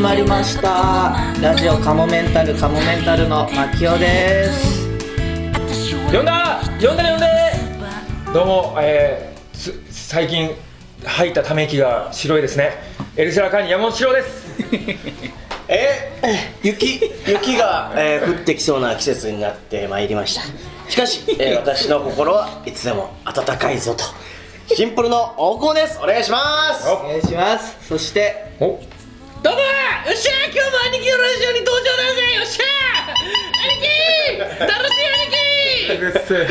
まりましたラジオカモメンタルカモメンタルのマキオです呼んだ呼んで呼んでどうも、えー、つ最近吐いたため息が白いですねエルシャラカーニ山本史郎ですえー雪雪が、えー降ってきそうな季節になってまいりましたしかし、えー私の心はいつでも温かいぞとシンプルの黄金ですお願いしますお願いしますそしておどうもよっしゃ今日も兄貴のラジオに登場だぜよっしゃ兄貴楽しい 兄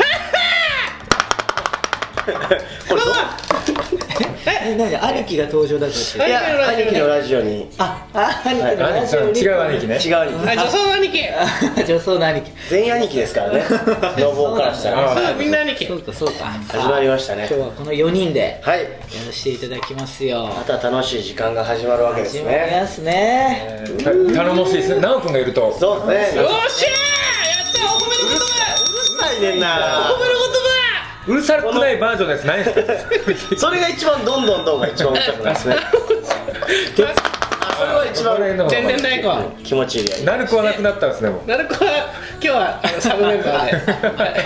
貴これどうえ何兄貴が登場だぞっていや兄貴のラジオに違うああ兄貴の兄ラ貴さジんオに違う兄貴ね兄貴あ女装の兄貴あ 女装の兄貴全員兄貴ですからね要望からしたらあそう みんな兄貴そうかそうか始まりましたね今日はこの4人ではいやらせていただきますよまた楽しい時間が始まるわけです始まりねますねえーた頼もしいですね奈くんがいるとそうですねよっしゃやったお褒めの言葉ないねんなお褒めの言うるさくないバージョンのやつないんですかそれが一番どんどんどんが一番面白くないですねあそれは一これ番の葉全然ない子気持ちいいやりなるくはなくなったんですねもうなる子は今日はあのサブメンバーで はい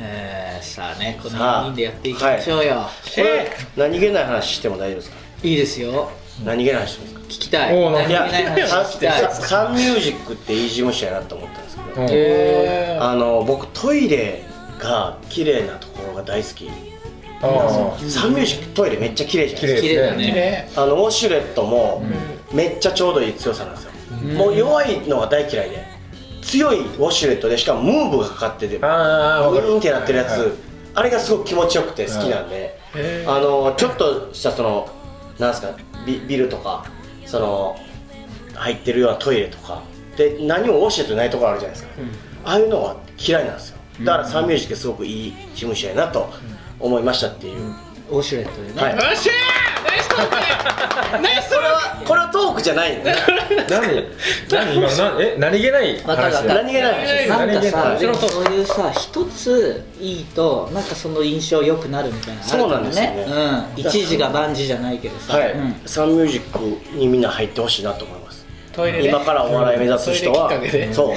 えーさあねこのさあ4人でやっていきましょうよ、これ何気ない話しても大丈夫ですかいいですよ何気ない話ですか聞きたいおうなん何か気ない話サ聞きたいンサンミュージックっていい事務所やなと思ったんですけど、うんえあの僕トイレが綺麗なところが大好きあーサンミュージックトイレめっちゃ綺麗じゃな綺いでー麗す綺麗でだすねねかあのウォシュレットもめっちゃちょうどいい強さなんですよ、もう弱いのが大嫌いで強いウォシュレットでしかもムーブがかかっててブああわかーるンってなってるやつ、はいはいあれがすごく気持ちよくて好きなんで、あのちょっとしたそのなんですかビビルとかその入ってるようなトイレとかで何も教えてないところあるじゃないですか、ああいうのは嫌いなんですよだからサンミュージックすごくいい事務所やなと思いましたっていう、ウォシュレットでね、はいよっしゃナイストークナイストこれはこれはトークじゃないんだね何何今なえ何気ないわかるわか話だる何気ない話ですなんかさはいでもそういうさ一ついいとなんかその印象良くなるみたいなのあるそうなんですよねうん、一時が万事じゃないけどさ、はい、うんサンミュージックにみんな入ってほしいなと思いますーク トイレね今からお笑い目指す人はトイレきっかけでそう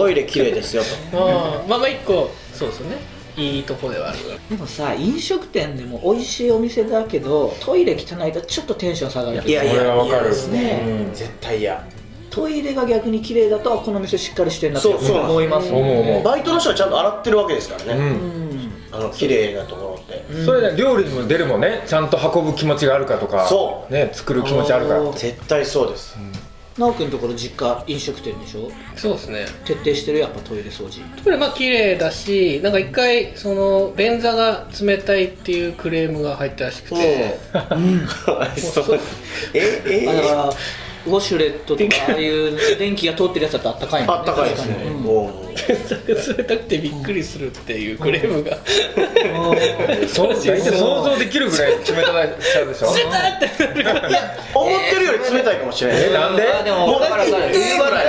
トイレ綺麗ですよとうんまあまあ一個そうですねいいとこではあるでもさ飲食店でも美味しいお店だけどトイレ汚いとちょっとテンション下がるいやいこれはやわか嫌るですね、うん絶対嫌トイレが逆に綺麗だとこの店しっかりしてんなってそうそう思いますもん思う思うねバイトの人はちゃんと洗ってるわけですからね、うんあの綺麗なところって、それで料理にも出るもんねちゃんと運ぶ気持ちがあるかとかそうね作る気持ちあるかあー絶対そうです、奈くんところ実家飲食店でしょそうですね徹底してるやっぱトイレ掃除これまあ綺麗だしなんか一回その便座が冷たいっていうクレームが入ったらしくてそうええあだからえウォシュレットとかああいう電気が通ってるやつだとあったかいもんあったかいですね、もう便座が冷たくてびっくりするっていうクレームがそう大体想像できるぐらい決めたらしちゃうでしょ「あってなるから思ってるより冷たいかもしれない、えなんであでもも分うだかからら分さかる冬ぐらい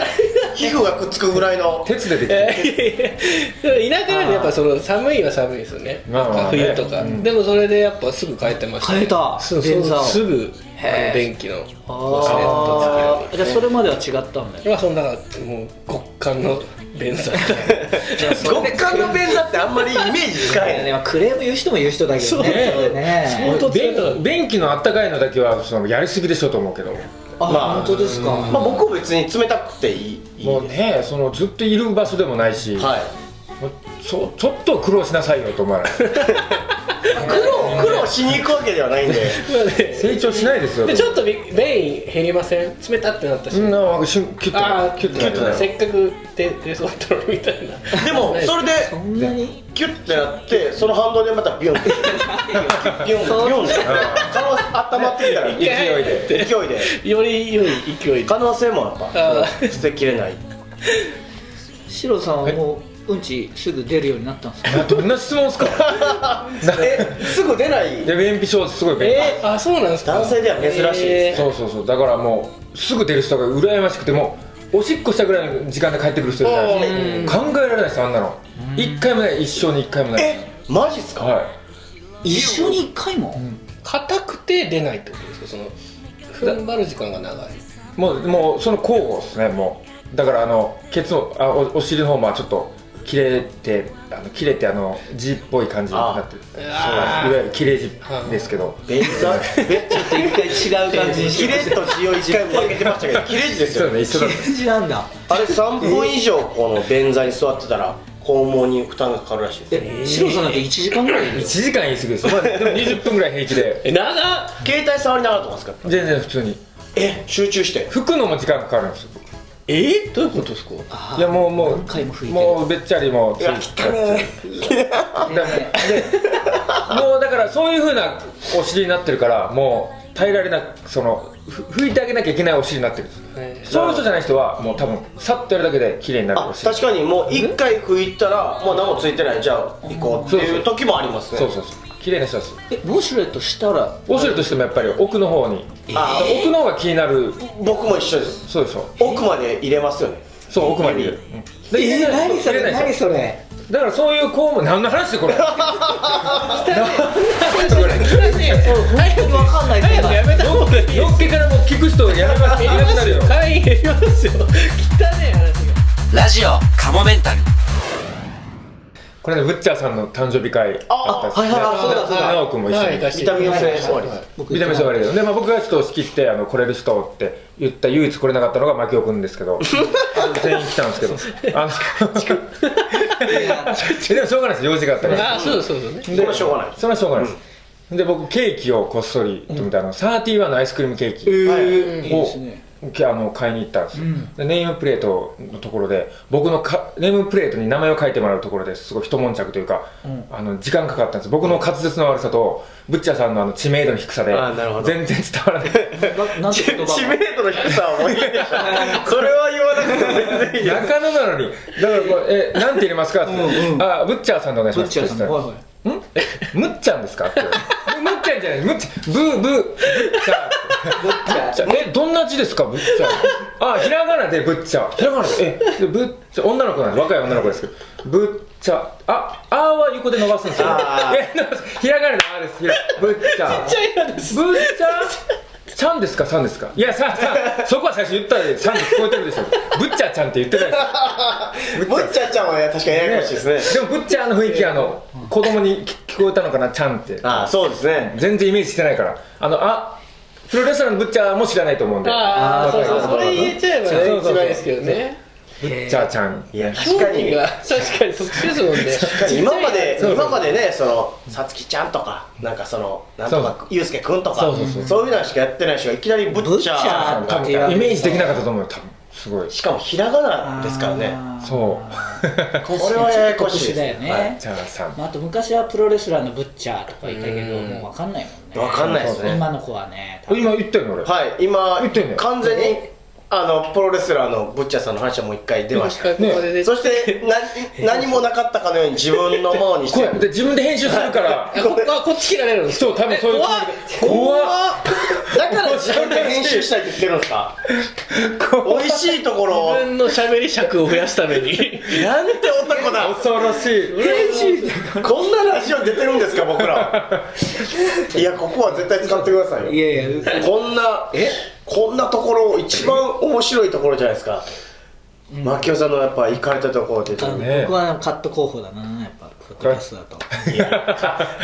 皮膚がくっつくぐらいの鉄でできるいや田舎なんでやっぱその寒いは寒いですよねまあまあね冬とか、うんでもそれでやっぱすぐ変えてましたね変えたそう便座をそうすぐへえあの電気のああじゃあそれまでは違ったんだよ今そんなもう極寒の便座極寒の便座ってあんまりイメージつかないでもクレーム言う人も言う人だけどねそうそれね当冷たい便便器のあったかいのだけはそのやりすぎでしょと思うけどあまあ本当ですかまあ僕は別に冷たくていいいいもうですねそのずっといる場所でもないし、はいもうそちょっと苦労しなさいよと思 わない苦労苦労しに行くわけではないんでまあね成長しないですよでちょっとび便意減りません冷たってなったし、そんなわけしゅキュッあとあキュッとなるせっかく出出そうだったのにみた いなでもそれでそんなにキュッてなってその反動でまたビュンってビュンビュンって体温まってきたらいや勢いで勢いでより良い勢いで可能性もやっあぱ捨てきれないシロさんはもううんちすぐ出るようになったんですかなどんな質問ですか えすぐ出ないいや便秘症すごい便秘、えー、あそうなんですか男性では珍しいですそうそうそうだからもうすぐ出る人が羨ましくてもうおしっこしたぐらいの時間で帰ってくる人じゃないですか考えられないですあんなの一回もない一生に一回もないえマジっすかは一緒に一回も硬くて出ないってことですかその踏ん張る時間が長いいもうもうその交互ですねもうだからあのケツのあおお尻の方もちょっと切れてあの切れてあの G っぽい感じになってるそういわゆる切れ字ですけどベッザベッザって一回違う感じにキレッと字を一回負けてましたけど キレ字ですそうよだね一緒だ った感じなんだあれ3分以上この便座に座ってたら肛門に負担がかかるらしいですえ白さんなんて1時間ぐらいいるよ1時間言い過ぎです、まあ、でも20分ぐらい平気でえ長っ携帯触りながらとかですか全然普通にえ集中して拭くのも時間かかるんですよ僕えどういうことですかいやもうもう何回も拭いてるもうべっちゃりもうついちゃってだからでもうだからそういうふうなお尻になってるからもう耐えられなくそのふ拭いてあげなきゃいけないお尻になってるんですそういう人じゃない人はもう多分さっとやるだけで綺麗になるあお尻確かにもう1回拭いたらもう何もついてないじゃあ行こうっていう時もありますねそうそうそう綺麗な人ですえウォシュレットしたらオシュレとしてもやっぱり奥の方に、あ奥の方が気になる僕も一緒ですそうでしょ奥まで入れますよねそう奥まで入れる、うんで入れない入れないでしょそれだからそういう子も何の話でこれ大変わかんないけどやめた方がいいのっけからもう聞く人やめ ますいなくなるよはい減りますよ汚ねえ話がラジオカモメンタルこれねブッチャーさんの誕生日会あったんですねあはいはいはいそうだそうだ奈くんも一緒にビタミン性終わり見た目そう悪いけどで、まあ、僕がちょっと仕切ってあの来れる人って言った唯一来れなかったのが牧雄君ですけどあの全員来たんですけどあの でもしょうがないです用事があったからあそうそうそうねそれはしょうがないですそれはしょうがないです、で僕ケーキをこっそりと見たあのサーティワンのアイスクリームケーキ、いいですねあの買いに行ったんですよ、でネームプレートのところで僕のかネームプレートに名前を書いてもらうところですごい一悶着というか、あの時間かかったんです僕の滑舌の悪さとブッチャーさんのあの知名度の低さであーなるほど全然伝 わらないななんて知言葉名度の低さはもういいでしょ それは言わなくても全然いいよ中野なのにだからこれ「えなんて入れますか?」って言って「あーブッチャーさんでお願いしブまッす」チャーさんって言っはいはたらいん えむっちゃんですか?」って言われてむっちゃんじゃないむっちゃんブーブーブッチャーってじゃあえどんな字ですかぶっちゃあひらがなでぶっちゃひらがなでえでぶっちゃ女の子なんで若い女の子ですけどぶっちゃああーは横で伸ばすんですよあーえ伸ばすひらがなであーですひらぶっちゃぶっちゃちゃんですかさんですかいやささそこは最初言ったでさんで聞こえてるでしょぶっちゃちゃんって言ってないでぶっちゃちゃんは確かにややこしいですねすでもぶっちゃの雰囲気あの子供に聞聞こえたのかなちゃんってああそうですね全然イメージしてないからあのあプロレスラーのぶっちゃも知らないと思うんでああそうそうそれ言えちゃえばねそうそうそう一番いいですけどねぶっちゃちゃんいや確かに確かに特殊ですもんね今までそうそう今までねそのさつきちゃんとかなんかそのなんとそかゆうすけくんとかそうそうそうそういうのしかやってない人がいきなりぶっちゃぶっちゃーー多分イメージできなかったと思うよ多分すごいしかもひらがなですからねそう ここれはややこしいですだよね、はチャーさんまあ、あと昔はプロレスラーのブッチャーとかいたけどもう分かんないもんねわかんないですね今の子はね多分今言ったよね俺はい今言ってんね完全にあのプロレスラーのぶっちゃーさんの話はもう一回出ましたここでねそして な何もなかったかのように自分のものにしこてれで自分で編集するからあこあこっち切られるんですそう多分そういうつもりで怖っだから自分で編集したいって言ってるんですか美味しいところを自分の喋り尺を増やすためになんて男だ恐ろしいこんなラジオ出てるんですか僕らいやここは絶対使ってくださいいよやいやこんなえこんなところ一番面白いところじゃないですかマキオさんのやっぱ行かれたところってあのね僕はカット候補だなやっぱポッドキャストだと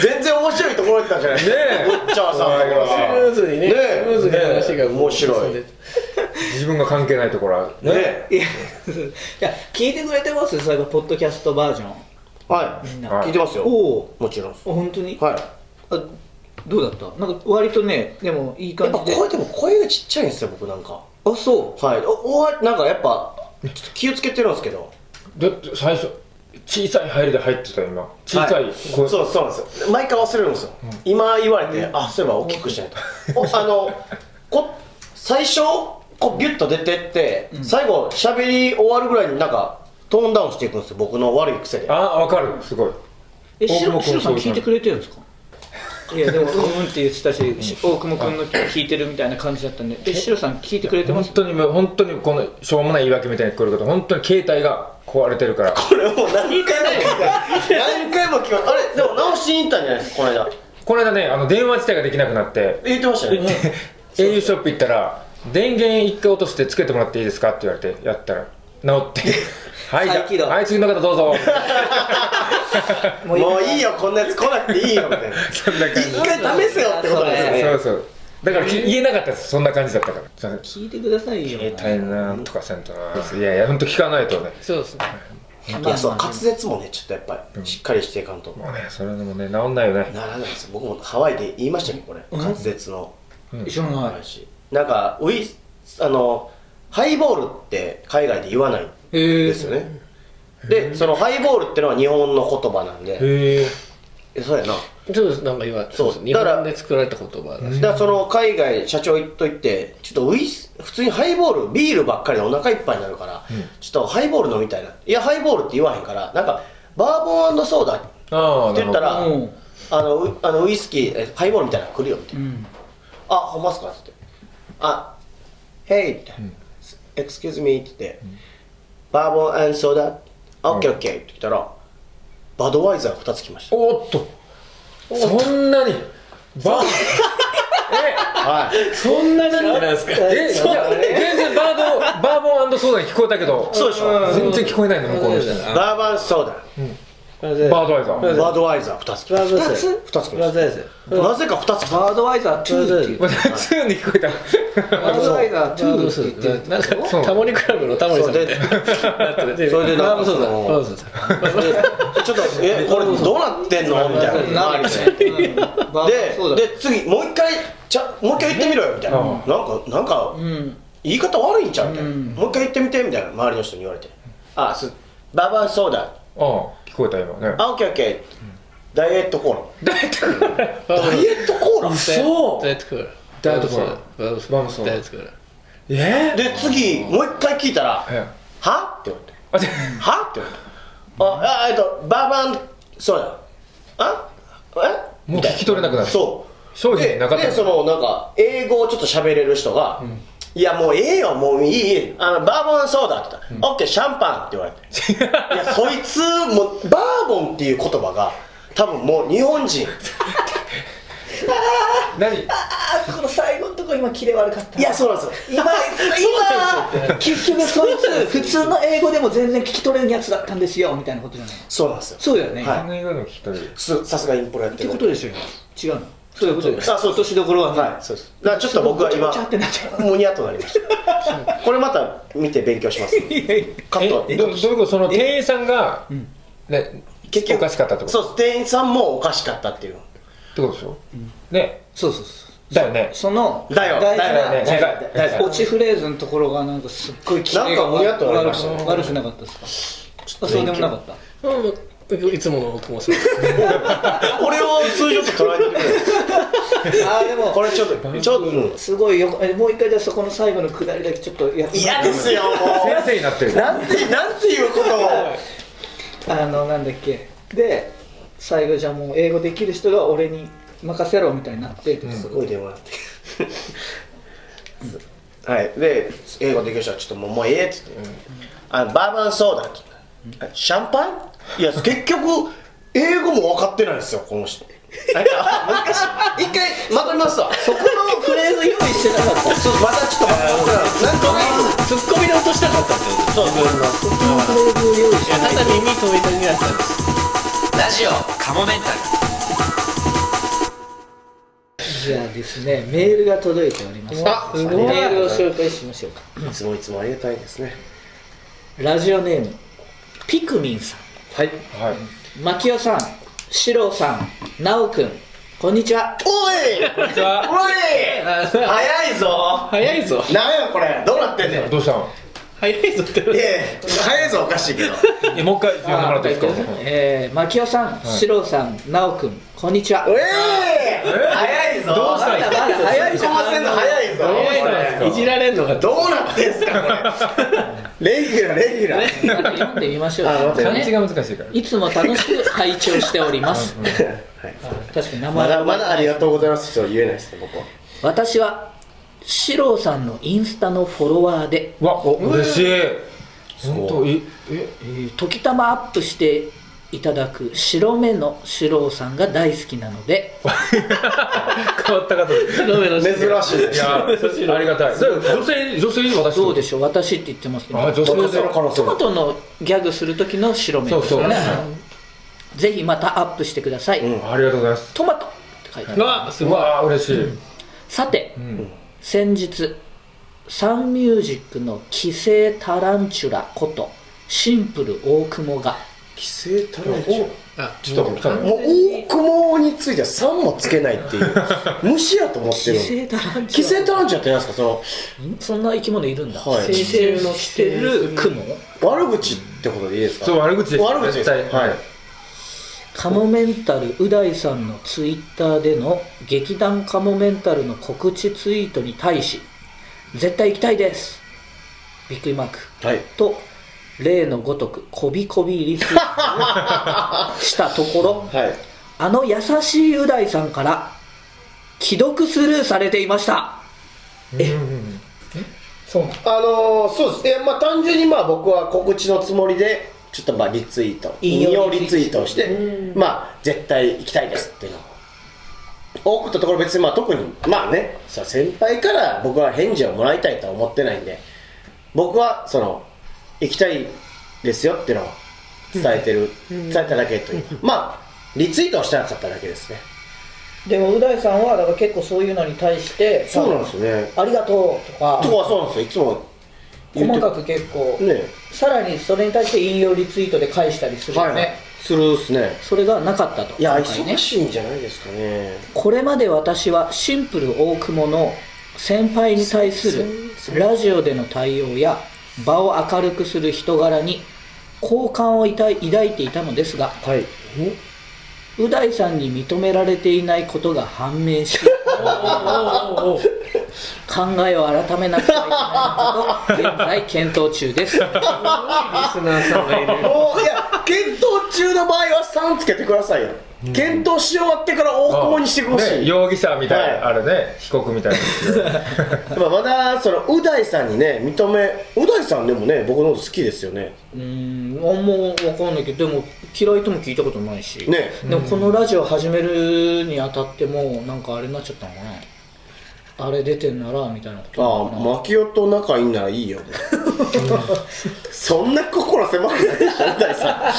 全然面白いところだったんじゃないねえブッチャーさんのところスムはーズにねねスムーズに話が面白い進んで自分が関係ないところはねねいやいや聞いてくれてます最後ポッドキャストバージョンはいみんなはい聞いてますよおおもちろんです本当に、はいあどうだったなんか割とねでもいいやっ感ぱじで声でも声がちっちゃいんですよ僕なんかあそはいおおわなんかやっぱちょっと気をつけてるんですけどだって最初小さい入りで入ってたよ今小さいはいこうそうそうなんですよ毎回忘れるんですよ、今言われて、あそういえば大きくしないとおあのこ最初こうギュッと出てって、最後喋り終わるぐらいになんかトーンダウンしていくんですよ僕の悪い癖でああ分かるすごいうえし大久保ろ君しろさんそうそ聞ういてくれてるんですかいやでも「うん」って言って たしし大久保君の聞いてるみたいな感じだったんでえしろさん聞いてくれてま本す当にもう本当にこのしょうもない言い訳みたいに聞こえるけど本当に携帯が壊れてるからこれもう何回も聞いた何回も聞かあれでも直しに行ったんじゃないですかこの間この間ねあの電話自体ができなくなって言ってましたよね英雄ショップ行ったら電源一回落としてつけてもらっていいですかって言われてやったら治 ってはい再起動はい次の方どうぞもうもういいよこんなやつ来なくていいよみたいなそんな感じ一回試せよってことなんですよねそうそうだからき言えなかったですそんな感じだったからじゃあ聞いてくださいよ携帯なんとかせんとないやいや本当聞かないとねそうですねいやそう滑舌もねちょっとやっぱりしっかりしていかんと、もうねそれでもね治んないよねならないです僕もハワイで言いましたねこれ滑舌の知らない話、なんかウイあのハイボールって海外で言わないんへえですよねでそのハイボールってのは日本の言葉なんでへええそうやなちょっとなんか今そう日だから本で作られた言葉だしだからその海外社長行っといてちょっとウイス普通にハイボールビールばっかりでお腹いっぱいになるから、ちょっとハイボール飲みたいないやハイボールって言わへんからなんかバーボンソーダってああ言ったらうんあのウあのウイスキーえハイボールみたいなの来るよみたいな、うんあほんまっすかっつってあ「Hey」みたいな「Excuse me」って言って「バーボンソーダ」「オッケーオッケー」って言ったらバドワイザー2つ来ましたおーっとそんなにバーはいえそんなになんすかえいや全然バー ドバーボンソーダに聞こえたけどそうでしょ全然聞こえないの向こうの人にバーボンソーダバードアイザーバドワイザー2つ来ました二つ2つ来ましたなぜか2つ来たバードワイザー2って言って 普通に聞こえたバードワイザーあどう2すっるて言ってなんかそうタモリクラブのタモリさんみたいななっててそれでなんかあそうだそのあそうだちょっと「えこれどうなってんの?」みたいな周りでうんバーでそうだで次もう一回ちゃもう一回言ってみろよみたいな、うんなんかなんかうん言い方悪いんちゃうみたいな、うんもう一回言ってみてみたいな周りの人に言われてあすババンソーダああ聞こえた今ねあオッケーオッケー、ダイエットコーラダイエットコーラそうダイエットクーラーダイエットクーラーバードソーダバードソーダダイエットクーラーえで次もう一回聞いたら「えは?」って言われてあで「は?」って言われて「ああえっとババンソーダあえもう聞き取れなくなるそう商品なかったででそのなんか英語をちょっと喋れる人が、いやもうええよもういいいいあのバーボンソーダって言ったら、オッケーシャンパンって言われていやそいつもうバーボンっていう言葉が多分もう日本人何あーこの最後のとこ今キレ悪かったいやそうなんですよ今今結局そいつ普通の英語でも全然聞き取れんやつだったんですよみたいなことじゃないそうなんですよそうだよね、はいあんな映画でも聞き取れるすさすがインプロやっっててることでしょ違うのそういうことであそう落としどころはね、はいそうですだからちょっと僕はごちゃごちゃってなっちゃ今もにゃっとなりましたこれまた見て勉強しますカッえトどどういうことその店員さんがんね結局おかしかったってことそっうです店員さんもおかしかったっていうてことでしょねそうそうそうだよねそのだよ大事だよなだよだよだよだよ落ちフレーズのところがなんかすっごい綺麗なんかもやっとなりましたね悪くなかったですかあそうでもなかったうんいつもの僕もそう俺を通常と捉えてくれああで もこれちょっとちょっと、うんすごいよえもう一回じゃあそこの最後のくだりだけちょっとやってもら嫌ってでもすよも先生になってるうなんてなんていうことをあのなんだっけで最後じゃあもう英語できる人が俺に任せろみたいになって、すごい電話だってはいで英語できる人はちょっともうもうええっつって、あのバーバンソーダって言ったあシャンパンいや結局英語も分かってないんですよこの人なんか難しい一回まとめますわそこのフレーズ用意してなかったそうまたちょっとまとめますなんとツッコミで落としたかったんですよそうそうそこのフレーズ用意してなかっただ耳留めたになったんですラジオカモメンタルたじゃあですねメールが届いておりますあすごいメールを紹介しましょうかいつもいつもありがたいですねラジオネームピクミンさんはいはい牧雄さん、四郎さん、なおくん、こんにちは。おいこんにちはおい早いぞ早いぞなんやこれどうなってんねんどうしたの早いぞっていやいや早いぞおかしいけどいやもう一回呼んでもらっていいですかえー、牧雄さん、四郎さん、なおくん、こんにちは。ええ早いぞどうしたまだまだ早いじ突っゃん。込ませんの早いぞ早いぞいじられんのかどうなってんすかこれレギュラーレギュラー読んでみましょう。漢字が難しいからいつも楽しく拝聴しております。確かに名ま前だまだありがとうございますちょっと言えないですね僕は私は、四郎さんのインスタのフォロワーで、うわお嬉しい本当いええー時たまアップしていただく白目の四郎さんが大好きなので変わった方で白目の珍しいでいすやーありがたいだから女性女性に私どうでししょう私って言ってますけどあ女性トマトだからトマトのギャグする時の白目そでうすそうよねあぜひまたアップしてください、うんりがとうございますトマトって書いてあるがすうごいわー嬉しいさてうん先日サンミュージックの「寄生タランチュラ」ことシンプル大雲が規制タランチュあちょっと来たラのもう大雲については3もつけないっていう虫やと思って寄る生タランチ規ュ制ラタランチュラって何ですかそそんな生き物いるんだ、はい寄生のしてる雲の悪口ってことでいいですかそう悪口です悪口です絶対はいカモメンタルう大さんのツイッターでの劇団カモメンタルの告知ツイートに対し絶対行きたいですびっくりマークはいと例のごとくこびこびリスしたところはいあの優しいう大さんから既読スルーされていましたうんうんうんそうなんあのーそうですいやまあ単純にまあ僕は告知のつもりでちょっとまあリツイート引引用用リリツツイイーートトをしてまあ絶対行きたいですっていうのを送ったところ別にまあ特にまあねさ先輩から僕は返事をもらいたいとは思ってないんで僕はその行きたいですよっていうのを伝えてる、伝えただけというかまあリツイートをしてなかっただけですねでもう大さんはだから結構そういうのに対してそうなんですよねありがとうとかとはそうなんですよいつも言って細かく結構、ねさらにそれに対して引用リツイートで返したりするよはね、いするっすねそれがなかったといや今回ね忙しいんじゃないですかねこれまで私はシンプル大久保の先輩に対するラジオでの対応や場を明るくする人柄に好感を抱い抱いていたのですがはいう大さんに認められていないことが判明 し考えを改めなくてはいけないなと現在検討中 ですスナーさんがいるおいや検討中の場合は3つけてくださいよ、検討し終わってから大久保にしてほしい、ね容疑者みたいなはあれね被告みたいなまあまだそのう大さんにね認めう大さんでもね僕のこと好きですよねうーんあんま分かんないけどでも嫌いとも聞いたことないし、ねでもこのラジオ始めるにあたってもなんかあれになっちゃったのかなあれ出てんならみたいなことあなあのかなマキオと仲いいならいいよそんな心狭くないでしょう大さ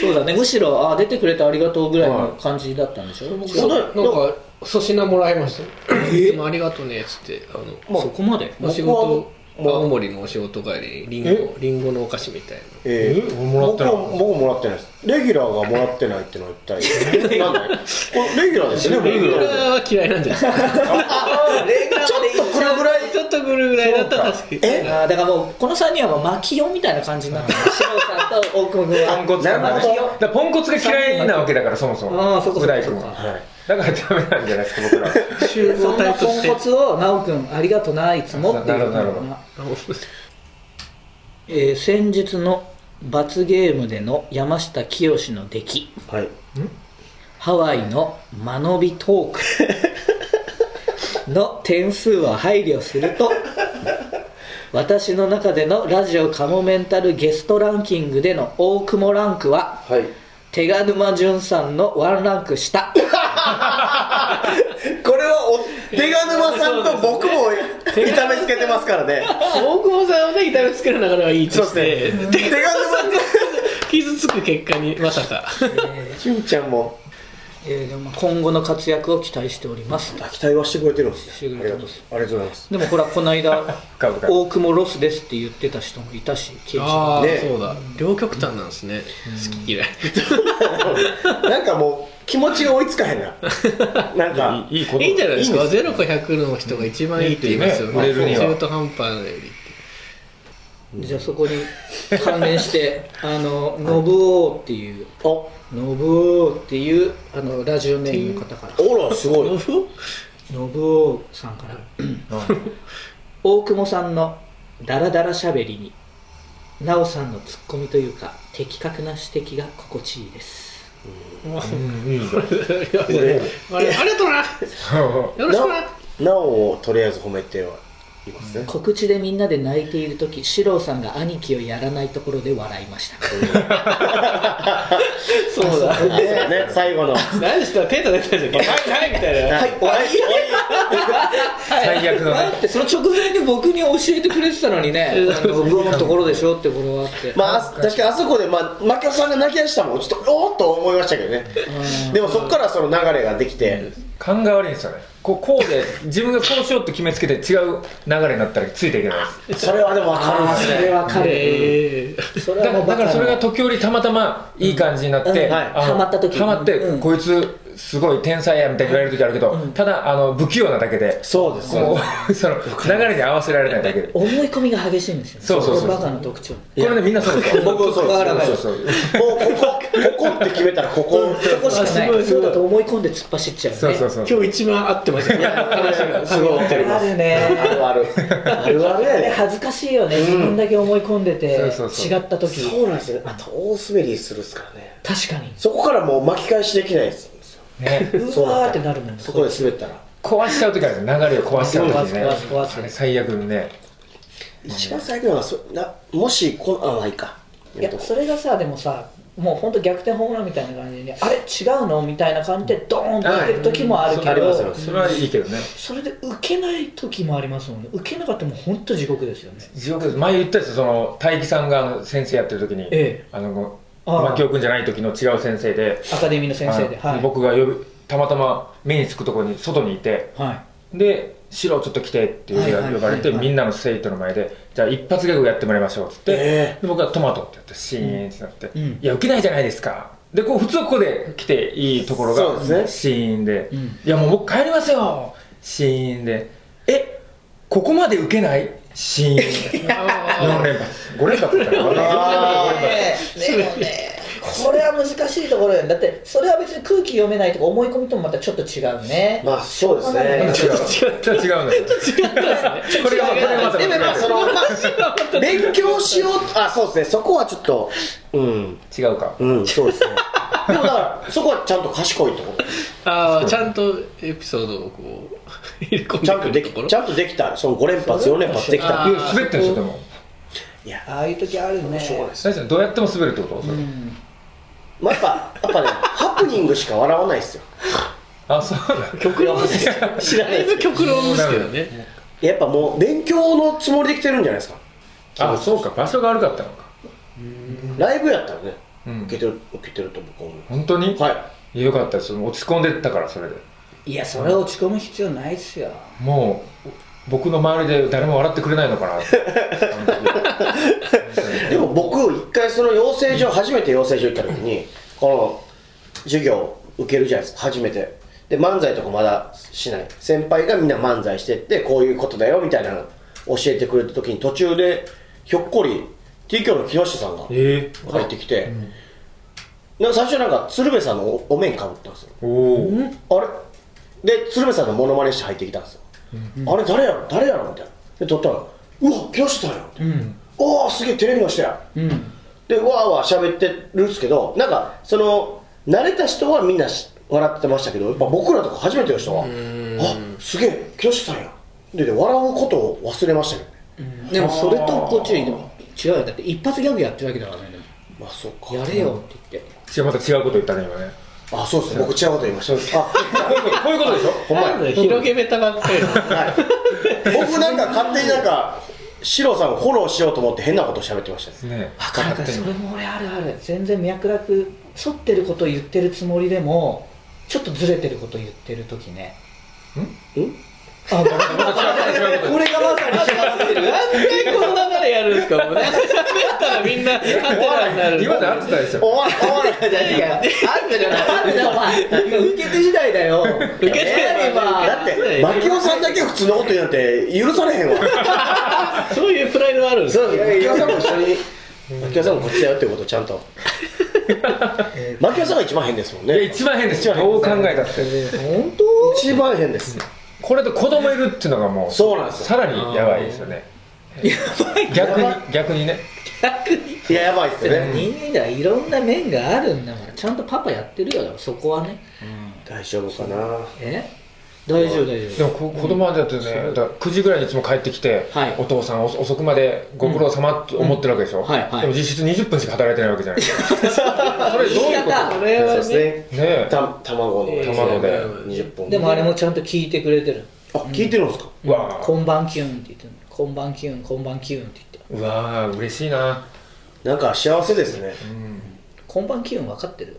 そうだねむしろあ出てくれてありがとうぐらいの感じだったんでしょ、んそ違ううだなんか粗品もらいましたよいつもありがとうねっつってあのそこまで僕はお仕ま事あ青森のお仕事帰りにリンえゴリンゴのお菓子みたいなええ俺もらってない僕は僕もらってないですレギュラーがもらってないってのは一体 なんだよこれレギュラーですよねレギュラーは嫌いなんじゃないですかレギュラーちょっとこれぐらいちょっとぐるぐらいだったら確かにえあーだからもうこの3人はもう巻き4みたいな感じになってる志郎さんと大久保君ポンコはツがねなるほどだからポンコツが嫌いなわけだからそもそもあーそっかそっかう大君そっはかはいだからダメなんじゃないですか僕ら集そ合んな体とポン してコツを奈く君ありがとないつもっていうのがなるほどなるほえー先日の罰ゲームでの山下清の出来はいハワイの間延びトークの点数は配慮すると私の中でのラジオカモメンタルゲストランキングでの大久保ランクははい手賀沼淳さんのワンランク下これはお出川沼さんと僕も痛めつけてますからね大久保さんをね痛めつける流れはいいとそうしてですね出川沼さ傷つく結果にまさかんしゅんちゃんもえーでも今後の活躍を期待しておりますあ期待はしてくれてるんですしてねく あれりてますがとうありがとうございますでもほらこの間株価大久保ロスですって言ってた人もいたし刑事 ああ、ねそうだ両極端なんですね好き嫌いなんかもう気持ちが追いつかへんななんかいいいこと いいんじゃないですかいいんですゼロか100の人が一番いいって言いますよいいねっていうね売れるには中途半端なよりじゃあそこに関連して あのノブオーっていうおノブオーっていうあのラジオネームの方からおらす ごい豆腐ノブオーさんから 大久保さんのダラダラしゃべりに奈緒さんのツッコミというか的確な指摘が心地いいですうんいいじゃんあれありがとうなよろしくななおをとりあえず褒めてはいますね、告知でみんなで泣いている時四郎さんが兄貴をやらないところで笑いました そうだねね最後のは何でした手叩いてたじゃんけはいはいみたいな。い終わり終わ最悪のねだってその直前に僕に教えてくれてたのにねあの僕のところでしょってこれはってりまああ確かにあそこで、まあ、マキオさんが泣き出したもんちょっとおーっと思いましたけどねでもそこからその流れができて勘が悪いんですよねこうこうで自分がこうしようって決めつけて違う流れになったらついていけないですそれはでも分かるんあーそですれねわかるえーそれだかはもらうだバかカならそれが時折たまたまいい感じになって、うんはいあのハマった時ハマって、うんこいつすごい天才やみたいに言われる時あるけど、ただあの不器用なだけでそうですこう その流れに合わせられないだけでこ思い込みが激しいんですよねそうそうそこうれバカの特徴れねみんなそうですよ僕もそうですわからないそうそうもうここここって決めたらここそこしかなすごいいすそごういだと思い込んで突っ走っちゃうねそうそうそう今日一番合ってましたね。話がすごい合ってまあす。るねあるあるあるあるやあれね恥ずかしいよね、自分だけ思い込んでてそうそうそう違った時そうなんですよねあと大滑りするっすからね確かにそこからもう巻き返しできないですねうわーってなるもんそこで滑ったら壊しちゃう時あるんですよ流れを壊しちゃう時ね壊す壊すあれ最悪にね一番最悪なのはそなもしこあないかいやそれがさでもさもう本当逆転ホームランみたいな感じにあれ違うのみたいな感じでドーンと打てる時もあるけはいうんありど、ますよそれはいいけどねそれで受けない時もありますもんね受けなかったらもう本当地獄ですよね地獄です前言ったですその大輝さんがあの先生やってる時に、ええあのああ牧雄君じゃない時の違う先生でアカデミーの先生であのはい、僕が呼びたまたま目につくところに外にいてはで「白ちょっと来て」っていうはいはい呼ばれてはいはいみんなの生徒の前で「じゃあ一発ギャグやってもらいましょう」っつって、えで僕が「トマト」ってやってシーンってなってう「んいや受けないじゃないですか」でこう普通はここで来ていいところそうがですねシーンでう「んいやもう僕帰りますよ」シーンで「えここまで受けない?」シーン4 連発5連発だったかなあいねでもねこれは難しいところよだってそれは別に空気読めないとか思い込みともまたちょっと違うねまあそうです違ねうちょっと違うんですよこれがこれがまたでもまあその、まあ、勉強しようあそうですねそこはちょっとうん違うかうんそうですねでもだからそこはちゃんと賢いところああちゃんとエピソードをこう入れ込んちゃんとででくるとこきろち。ゃんとできたその5連発4連発できあたいや滑ってるんですよでもいやああいう時あるねしょうがないです大地さんどうやっても滑るってこと、うんまあやっぱやっぱねハプニングしか笑わないですよあそうなんだ極論ですよ。知らないだいですぶけど極論ですけどね。やっぱもう勉強のつもりで来てるんじゃないですかあそうか場所が悪かったのかライブやったらねうん受けてる受けてると僕は思本当に、うはいいや、よかったです落ち込んでったからそれでいやそれ落ち込む必要ないっすよもう僕の周りで誰も笑ってくれないのかなってでも僕一回その養成所初めて養成所行った時にこの授業受けるじゃないですか初めてで漫才とかまだしない先輩がみんな漫才してってこういうことだよみたいなの教えてくれた時に途中でひょっこり T 教の木下さんがえ入ってきて、なんか最初なんか鶴瓶さんのおお面かぶったんですよー、おおあれで鶴瓶さんのモノマネして入ってきたんですよ、あれ誰やろ誰やろみたいなで撮ったら「うわ木下さんや」みたいな「おおすげえテレビの人や」でわーわー喋ってるんですけどなんかその慣れた人はみんなし笑ってましたけどやっぱ僕らとか初めての人は「あすげえ木下さんや」でで笑うことを忘れましたけどね、でもそれとこっちにでも違うよだって一発ギャグやってるわけだからねでもまあそうかやれよって言って違うまた違うこと言ったね今ねあそうですね僕違うこと言いましたあこういうことこういうことでしょほんまや広げべたばっかりだ。はい、僕なんか勝手になんかシロさんをフォローしようと思って変なこと喋ってましたねねわかるからそれも俺あるある全然脈絡沿ってることを言ってるつもりでもちょっとずれてることを言ってる時ねんんあごめんまた違う違うことこれがまさに何回この流れやるんですかもうね。喋ったらみんなハテナになる。今で合ってたでしょおわおわじゃないやあんたじゃないなんでだお前受け手次第だよ受け手や今だってマキオさんだけ普通のこと言うなんて許されへんわそういうプライドがあるんですよ。そうマキオさんも一緒にマキオさんもこっちだよってことをちゃんとマキオさんが一番変ですもんいやね一番変ですよどう考えたって本当一番変ですこれで子供いるっていうのがもうそうなんですよさらにやばいですよね逆に逆にねいややばいっすよね人間にはいろんな面があるんだからちゃんとパパやってるよだからそこはね大丈夫かなえ大丈夫大で丈もこ子供はだってね、だから9時ぐらいにいつも帰ってきて、はいお父さん遅遅くまでご苦労様と思ってるわけでしょ、んはいはいでも実質20分しか働いてないわけじゃないそれどういうこ夫とこれそうはですねねねた卵の卵で20本でもあれもちゃんと聞いてくれてるあ聞いてるんですかうわこんばんきゅんって言ってるこんばんきゅんこんばんきゅんって言ってるうわー嬉しいななんか幸せですねこんばんきゅん分かってる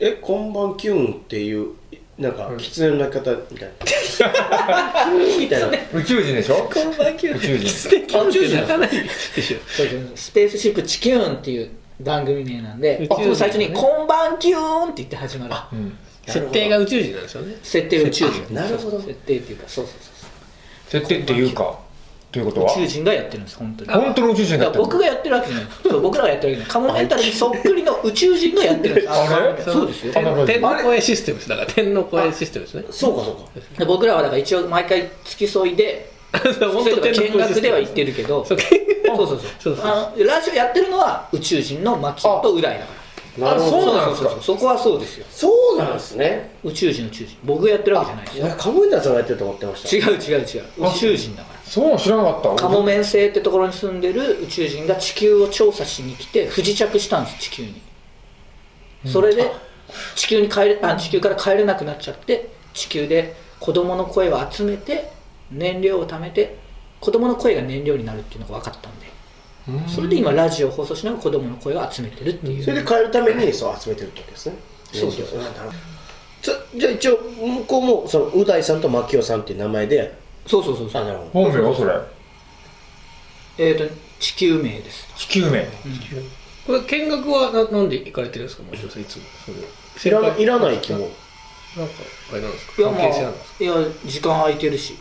えこんばんキュンっていうなんか狐の鳴き方みたいなみたいな宇宙人でしょこんばんきゅん宇宙人 宇宙人泣かないスペースシップチキューンっていう番組名なんで、宇宙人僕最初に「こんばんキューン」って言って始まる設定が宇宙人なんでしょうね設定宇宙人なるほど設定っていうかそうそうそう設定っていうかということはそう宇宙人がやってるんです本当に本当の宇宙人だからだったの僕がやってるわけじゃないそう僕らがやってるわけじゃないカモメンタルにそっくりの宇宙人がやってるんですあれそうですよあなるほど天の声システムですだから天の声システムですねそうかそうかで僕らはだから一応毎回付き添いで本そ当ういうとこ見学では行ってるるけどそそうう見そうそうそうそうあのラジオやってるのは宇宙人の牧と浦井だからなるほどあそうなんですそうそかうそうそこはそうですよそうなんですね宇宙人宇宙人僕がやってるわけじゃないいやカモメンタルさんがやってると思ってました違う違う違う宇宙人だからそう知らなかったカモメン星ってところに住んでる宇宙人が地球を調査しに来て不時着したんです地球にそれで地球に帰れあ地球から帰れなくなっちゃって地球で子供の声を集めて燃料を貯めて子供の声が燃料になるっていうのが分かったんでそれで今ラジオを放送しながら子供の声を集めてるっていうそれで変えるためにそう集めてるってわけですねそうそうそうなるほどつじゃあ一応向こうもそのう大さんと牧雄さんっていう名前でそうそうそうそあうなるほど本名はそれえっ、と地球名です地球名これ見学はななんで行かれてるんですかもう一ついつもそいれらないらない生き物なんかあれなんですいかや関まあ係性あるんですかいや時間空いてるし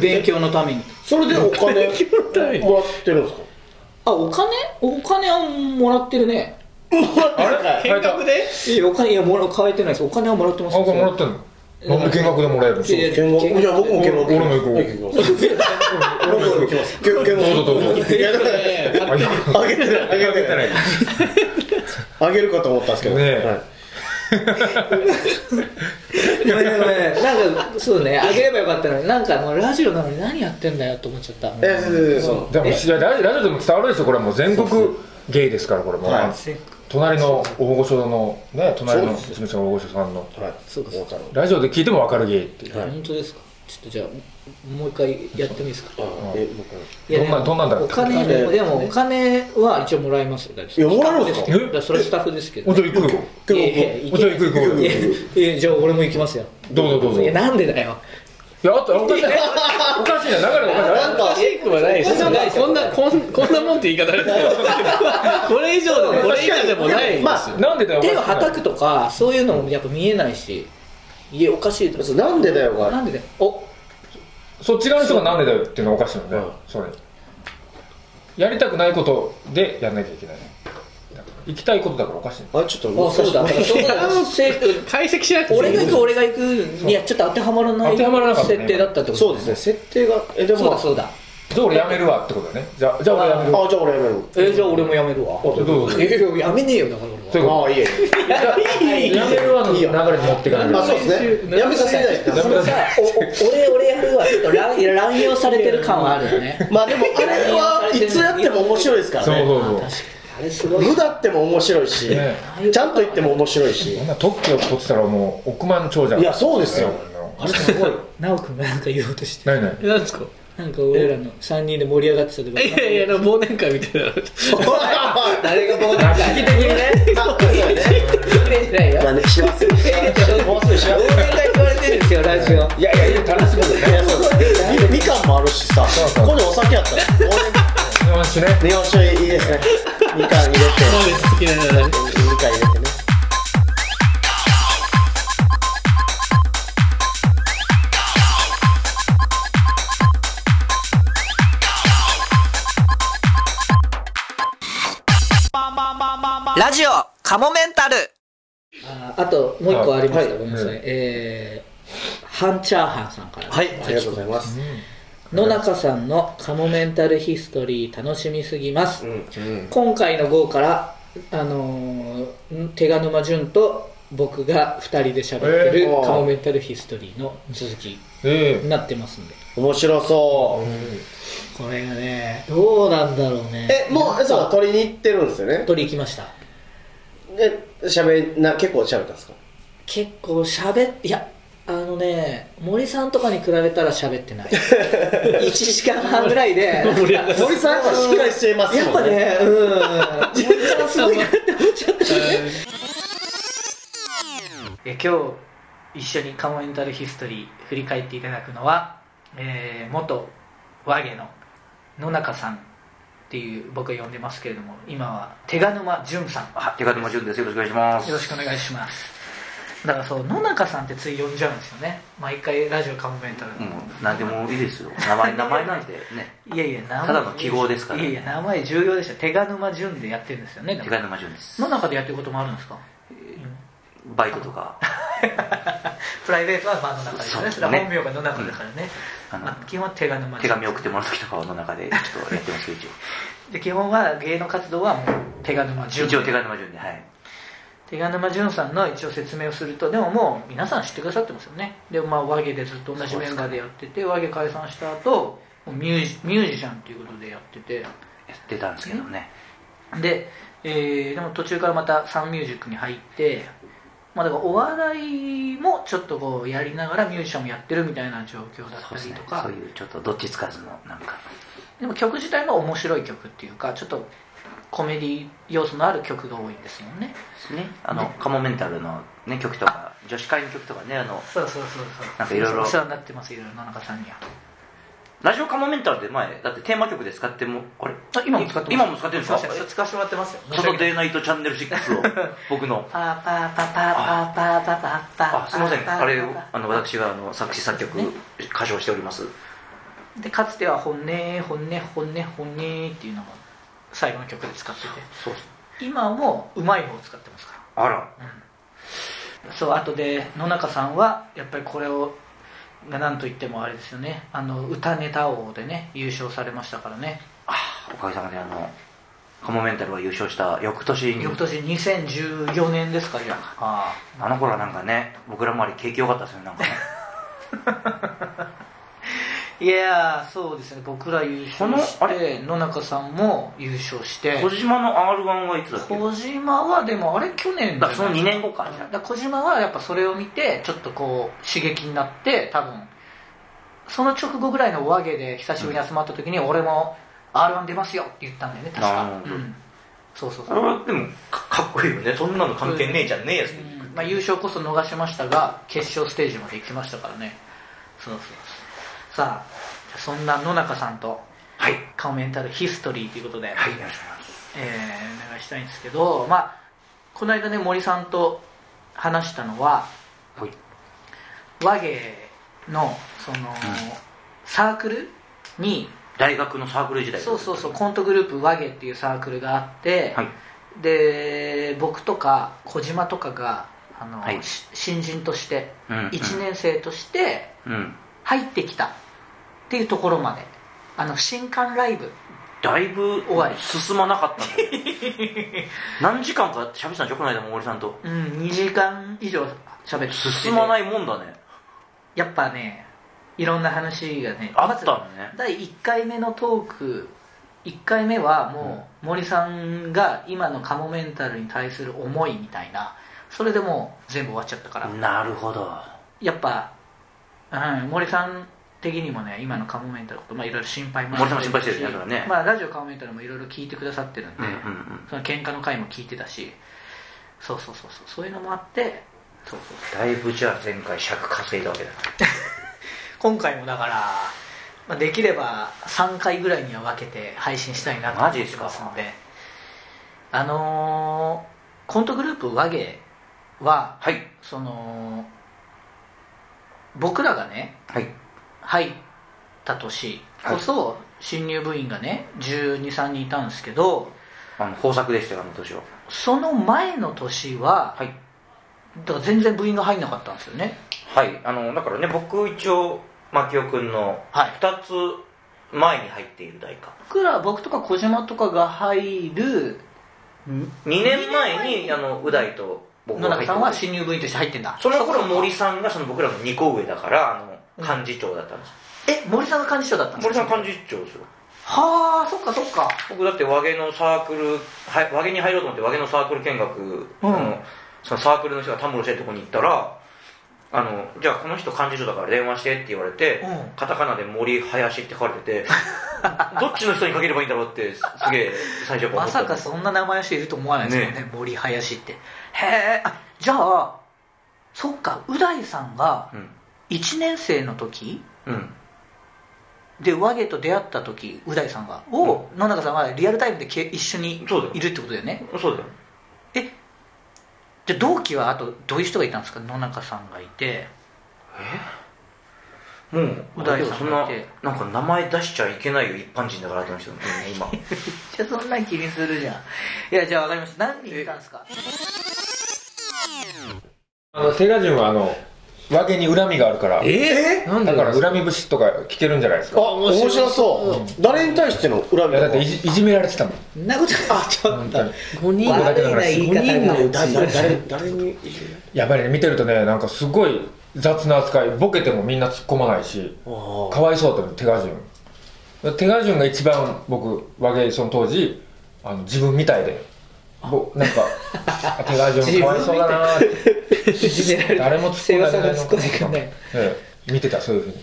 勉強の ためにそれでお金ないもらってるんですかあお金お金はもらってるねあれ変えたあでいやお金いやもら変えてないですお金はもらってますこれもらってんのなんで見学でもらえるのいやいや見学いや僕も見学俺も行こう見学行きます僕も行きます見学見学どうぞどうぞいやだからねあいやあげてないあげて ないあげるかと思ったんですけどねえはいいやいやいやいやなんかそうねあげればよかったのになんかもうラジオなのに何やってんだよと思っちゃったえそうそうそうそうでもいやラジラジオでも伝わるでしょこれはもう全国ゲイですからこれもう、はい隣の大御所のね隣のそうです娘さんの大御所さんのはいそうかそうかラジオで聞いても分かるゲイっていうはい本当ですかちょっとじゃあもう一回やってもいいですかあえ僕いやでもどんなどんなんだろうお金でもでもお金は一応もらいますよ大丈夫いやもらえるんですかスタッフですよだらそれはスタッフですけどおじゃあ行くよいやいやいおじゃあ行く行く行くやいやじゃあ俺も行きますよどうぞどうぞいいややなんでだよあとおかしい なおかしいな流れがおかしいなんかシェイクはないですこんなこんこんなもんって言い方あれですけどこれ以上でもこれ以下でもないですよ、まあななんでだよおかしい手をなはたくとかそういうのもやっぱ見えないしいやおかしいとそうなんでだよがなんでだよおそっち側の人がなんでだよっていうのはおかしいので、うんそれやりたくないことでやんなきゃいけないだから行きたいことだからおかしいのあちょっとあそうだ だからそこがせ解析しなくてもい俺いが行く俺が行くにはちょっと当てはまらない当てはまらなかったね設定だったってことそうですね設定がえでそうもだそうだじゃあ俺やめるわってことだねじゃあじゃあ俺やめるわあじゃあ俺やめるえーじゃあ俺もやめるわどうぞどうぞいやいややめねえよだから俺はそういうこああいいえとやめるわの流れに持っていかないあそうですねやめさせないそのさおお俺俺やるわちょっと乱乱用されてる感はあるよ ねまあでもあれはいつやっても面白いですからそうねそうそうあれすごい無だっても面白いしねちゃんと言っても面白いしこんな特許を取ってたらもう億万長者いやそうですよあれすごい奈くんがなんか言おうとしてないないえなんですか なんか俺らの3人で盛り上がってたけどいやいやなんか忘年会みたいな誰が僕だ聞き的にね聞いてくれてないよまあね幸せもうすぐ幸忘年会言われてるんですよラジオいやいやいや楽しみだせいやそうですみかんもあるしさうそうここにお酒あったら日本酒ね日本酒いいですねみかん入れてそうです好きなのみかん入れてねラジオカモメンタルああともう一個ありました、はいごめんなさい、うんえーハンチャーハンさんからはいありがとうございます野中さんのカモメンタルヒストリー楽しみすぎます、うん今回の号から、あのーん手賀沼淳と僕が2人で喋ってるえーカモメンタルヒストリーの続きえになってますんで面白そうこれがねどうなんだろうねえもうそう取りに行ってるんですよね取り行きましたで喋んな結構喋ったんですか結構喋っいやあのね森さんとかに比べたら喋って ない1時間半ぐらい で森さんはしっかりしていますやっもぱんねねうん森さんすごいなって思っちゃったよね え今日一緒にカモメンタルヒストリー振り返っていただくのは、えー元和芸の野中さんっていう僕は呼んでますけれども今は手賀沼淳さんあ、手賀沼潤です。よろしくお願いします。よろしくお願いしますだからそう野中さんってつい呼んじゃうんですよね毎回ラジオカモメンタルの、うん、なんでもいいですよ。名前、名前なんてね。いやいや名前ただの記号ですからいやいや名前重要でしょ手賀沼潤でやってるんですよね手賀沼潤です。野中でやってることもあるんですかバイトとか。プライベートはまあ野中ですよねそそうれねは本名が野中だからね、うんあのまあ基本は手賀沼潤手紙送ってもらう時とかはの中で、ちょっとやってますけど、で基本は芸能活動はもう手賀沼一応。潤一応手賀沼潤で、はい。手賀沼潤さんの一応説明をするとでももう皆さん知ってくださってますよねでまあ和芸でずっと同じメンバーでやってて和芸解散した後もうミュージミュージシャンということでやっててやってたんですけどね。で、えーでも途中からまたサンミュージックに入って、まあ、だからお笑いもちょっとこうやりながらミュージシャンもやってるみたいな状況だっそうでたすりねと。かそういう、ちょっとどっちつかずの、なんか。でも曲自体も面白い曲っていうかちょっとコメディ要素のある曲が多いんですよねですね。あの、カモメンタルのね、曲とか、女子会の曲とかね、あの、そうそうそうそうなんかいろいろお世話になってますいろいろ野中さんにはラジオカモメンタルで前、だってテーマ曲で使っても、あれあ今も使ってます今も使ってるんですか使わせ使わせてもらってますよサタデーナイトチャンネル6を、僕の。パーパーパーパーパーパーパーパーパーあ、すみません。あれをパーパーパー、あの、私が、あの、作詞作曲、歌唱しております。でかつては「本音本音本音本音」っていうのも最後の曲で使っててそう今もうまい棒を使ってますかあら。らそうあとで野中さんはやっぱりこれをなんといってもあれですよねあの歌ネタ王でね優勝されましたからねあおかげさまで、あの、カモメンタルが優勝した翌年に、翌年2014年ですかじゃあああの頃はなんかね、僕ら周り景気良かったですね、なんかね。いやーそうですね僕ら優勝しこのあてれ野中さんも優勝して小島の R1 はいつだっけ小島はでもあれ去年だからそのじゃ2ない年後か、じゃだから小島はやっぱそれを見てちょっとこう刺激になって多分その直後ぐらいの和芸で久しぶりに集まった時に俺も r 1出ますよって言ったんだよね確なるかほ、どうん、そうそうあ。そあれう、はでもか、かっこいいよね。そんなの関係ねえじゃんねえやつ。まあ、優勝こそ逃しましたが決勝ステージまで行きましたからねそうそうそうさあそんな野中さんとはい。はい、カモメンタルヒストリーということで、よろしくお願いします。えーお願いしたいんですけど、まあ、この間ね森さんと話したのははい。和芸のその、サークルに大学のサークル時代そうそうそうコントグループ和芸っていうサークルがあって、はい。で僕とか小島とかがあの、はいし新人として、うんうん1年生としてうん。入ってきたっていうところまであの新刊ライブだいぶ終わり進まなか ったんだね何時間か喋ってたんでしょこの間も森さんとうん2時間以上喋ってて進まないもんだねやっぱねいろんな話がねあったのね第1回目のトーク1回目はもう森さんが今のカモメンタルに対する思いみたいなそれでもう全部終わっちゃったからなるほどやっぱ、うん、森さん的にもね今のカモメンタルのこと、まあ、いろいろ心配も森さんも心配してるねだからねまあ、ラジオカモメンタルもいろいろ聞いてくださってるんで、うんうんうんその喧嘩の回も聞いてたしそうそうそうそうそういうのもあってそうそうだいぶじゃあ前回尺稼いだわけだ今回もだから、まあ、できれば3回ぐらいには分けて配信したいなと思マっジてですかますのであのーコントグループ和芸ははいその僕らがねはい入った年こそ、新入部員がね1 2 3人いたんですけどあの豊作でしたよあの年はその前の年は、はいだから全然部員が入んなかったんですよねはいあのだからね僕一応牧雄君のはい2つ前に入っている代か、僕ら僕とか小島とかが入る2年前にあのう大と僕野は中入ってさるんは新入部員として入ってんだその頃森さんがその僕らの2個上だからあの幹事長だったんです、え森さんが幹事長だったんです森かさん幹事長ですよはあそっかそっか僕だって和芸のサークルはい和芸に入ろうと思って和芸のサークル見学、あのそのサークルの人が田室してるとこに行ったらあのじゃあこの人幹事長だから電話してって言われて、うんカタカナで森林って書かれて てどっちの人にかければいいんだろうってすげえ最初かまら思ったさかそんな名前の人いると思わないですよねね森林ってへえあじゃあそっかう大さんがうん1年生の時うんで和芸と出会った時う大さんがを、野中さんはリアルタイムでけ一緒にそうだよいるってことだよねそうだよえで同期はあとどういう人がいたんですか野中さんがいてもううだ大けどさそんんがないてなんか名前出しちゃいけないよ一般人だからって話だもんね今じゃそんなん気にするじゃんいやじゃあ分かりました何人いたんですかあのセガ人はあの和芸に恨みがあるからえなんだから恨み節とか着てるんじゃないですか面白そう、誰に対しての恨いみやだとっかていじいじめられてたもんそんなことあちょっと本当に五人だけだから悪いな言い方が五人のだだ誰誰にやっぱりね見てるとねなんかすごい雑な扱いボケてもみんな突っ込まないしかわいそうだと思う手賀順手賀順が一番僕和芸その当時あの自分みたいでぼなんか手賀順かわいそうだなーって、いじめられ誰も突っ込ん瀬だり尾さんが突っ込んでくんないええ見てたそういうふうに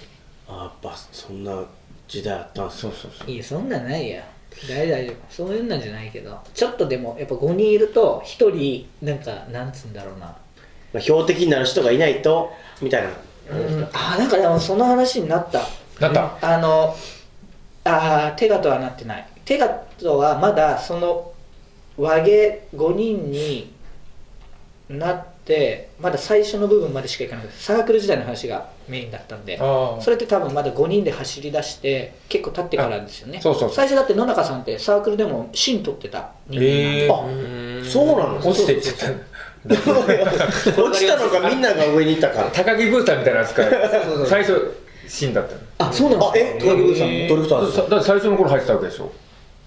あやっぱそんな時代あったんすそうそうそういやそんなんないや大丈夫大丈夫そういうんなんじゃないけどちょっとでもやっぱ5人いると1人なんかなんつうんだろうなまあ標的になる人がいないとみたいなうん、あなんかでもその話になったなったあのあーテガとはなってないテガとはまだその和芸5人になってまだ最初の部分までしかいかなくてサークル時代の話がメインだったんでああそれって多分まだ5人で走り出して結構経ってからですよねあそうそうそう最初だって野中さんってサークルでも芯取ってた人間なんでええあそうなの落ちていっちゃった落ちたのかみんなが上にいたから高木ブーさんみたいな扱いそうそう最初シーンだったのあそうなんあですえか高木ブーさんドリフターズだだって最初の頃入ってたわけでしょ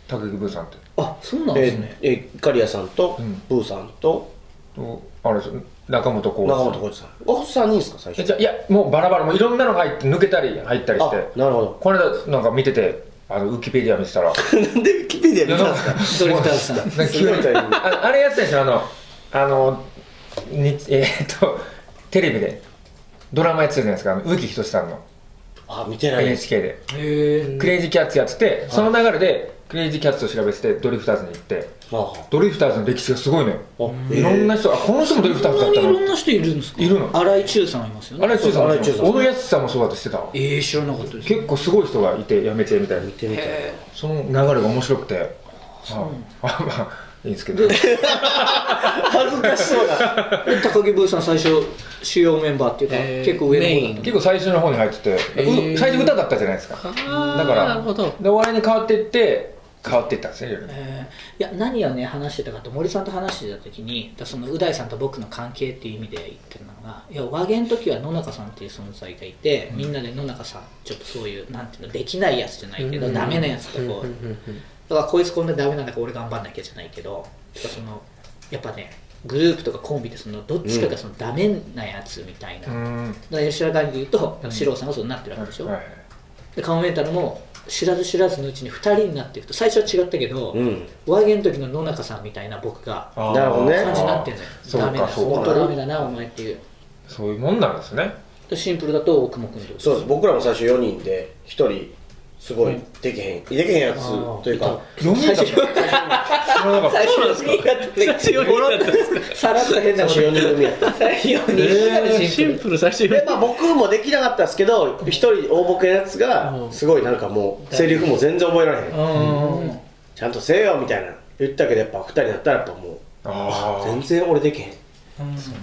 高木ブーさんってあそうなんですねええ刈谷さんとうんブーさんととあれでしょ中本浩二中さん本浩二さんあ三人ですか最え初じゃあいやもうバラバラもういろんなのが入って抜けたり入ったりしあてなるほこの間なんか見ててあのウィキペディア見てた らどなんでウィキペディア見たんですかドリフターズさんなんか急にすごいタイミングああれやってたでしょあのあのにえーっとテレビでドラマやってたじゃないですかあの植木仁さんのあ見てない NHK で、へクレイジーキャッツやっててその流れでクレイジーキャッツを調べててドリフターズに行ってあドリフターズの歴史がすごいのよあいろんな人あこの人もドリフターズだそんっなたにいろんのな人いるんですかいるの荒井中さんいますよねあれ中さんも荒井注さん小野康さんもそうだってしてたわええ知らなかったです結構すごい人がいて辞めてみたいな見てみたいその流れが面白くて、はいあ、まあいいんですけど、恥ずかしそうだで高木ブーさん最初主要メンバーっていうか、えー結構上の方なんだ結構最初の方に入ってて、う最初歌だったじゃないですか。だから、なるほどでお笑いに変わっていって変わっていったんですねいろいろ。えーいや何をね話してたかと森さんと話してた時にだそのう大さんと僕の関係っていう意味で言ってたのがいや和芸の時は野中さんっていう存在がいて、みんなで野中さんちょっとそういうなんていうのできないやつじゃないけど、ダメなやつとこう、だからこいつこんなダメなんだから俺頑張んなきゃじゃないけどそのやっぱねグループとかコンビでそのどっちかがそのダメなやつみたいな、だうかん。ら吉田狩りで言うと四郎さんがそうなってるわけでしょ、はいでカモメンタルも知らず知らずのうちに2人になっていくと最初は違ったけど、うん和芸の時の野中さんみたいな僕があーなるほどね感じになってんのよそうダメだかそう本か当ダメだなお前っていうそういうもんなんですね。でシンプルだと大久保君ってことそうです僕らも最初4人で1人すごいできへんできへんやつというか読みだった。知らなかった。そうですかさらっと変な最こと初4人組やった最初にシンプルでまあ僕もできなかったですけど一人大ボケのやつがすごいなんかもうセリフも全然覚えられへんうんちゃんとせえよみたいな言ったけどやっぱ2人だったらやっぱもあうー全然俺できへんなんですか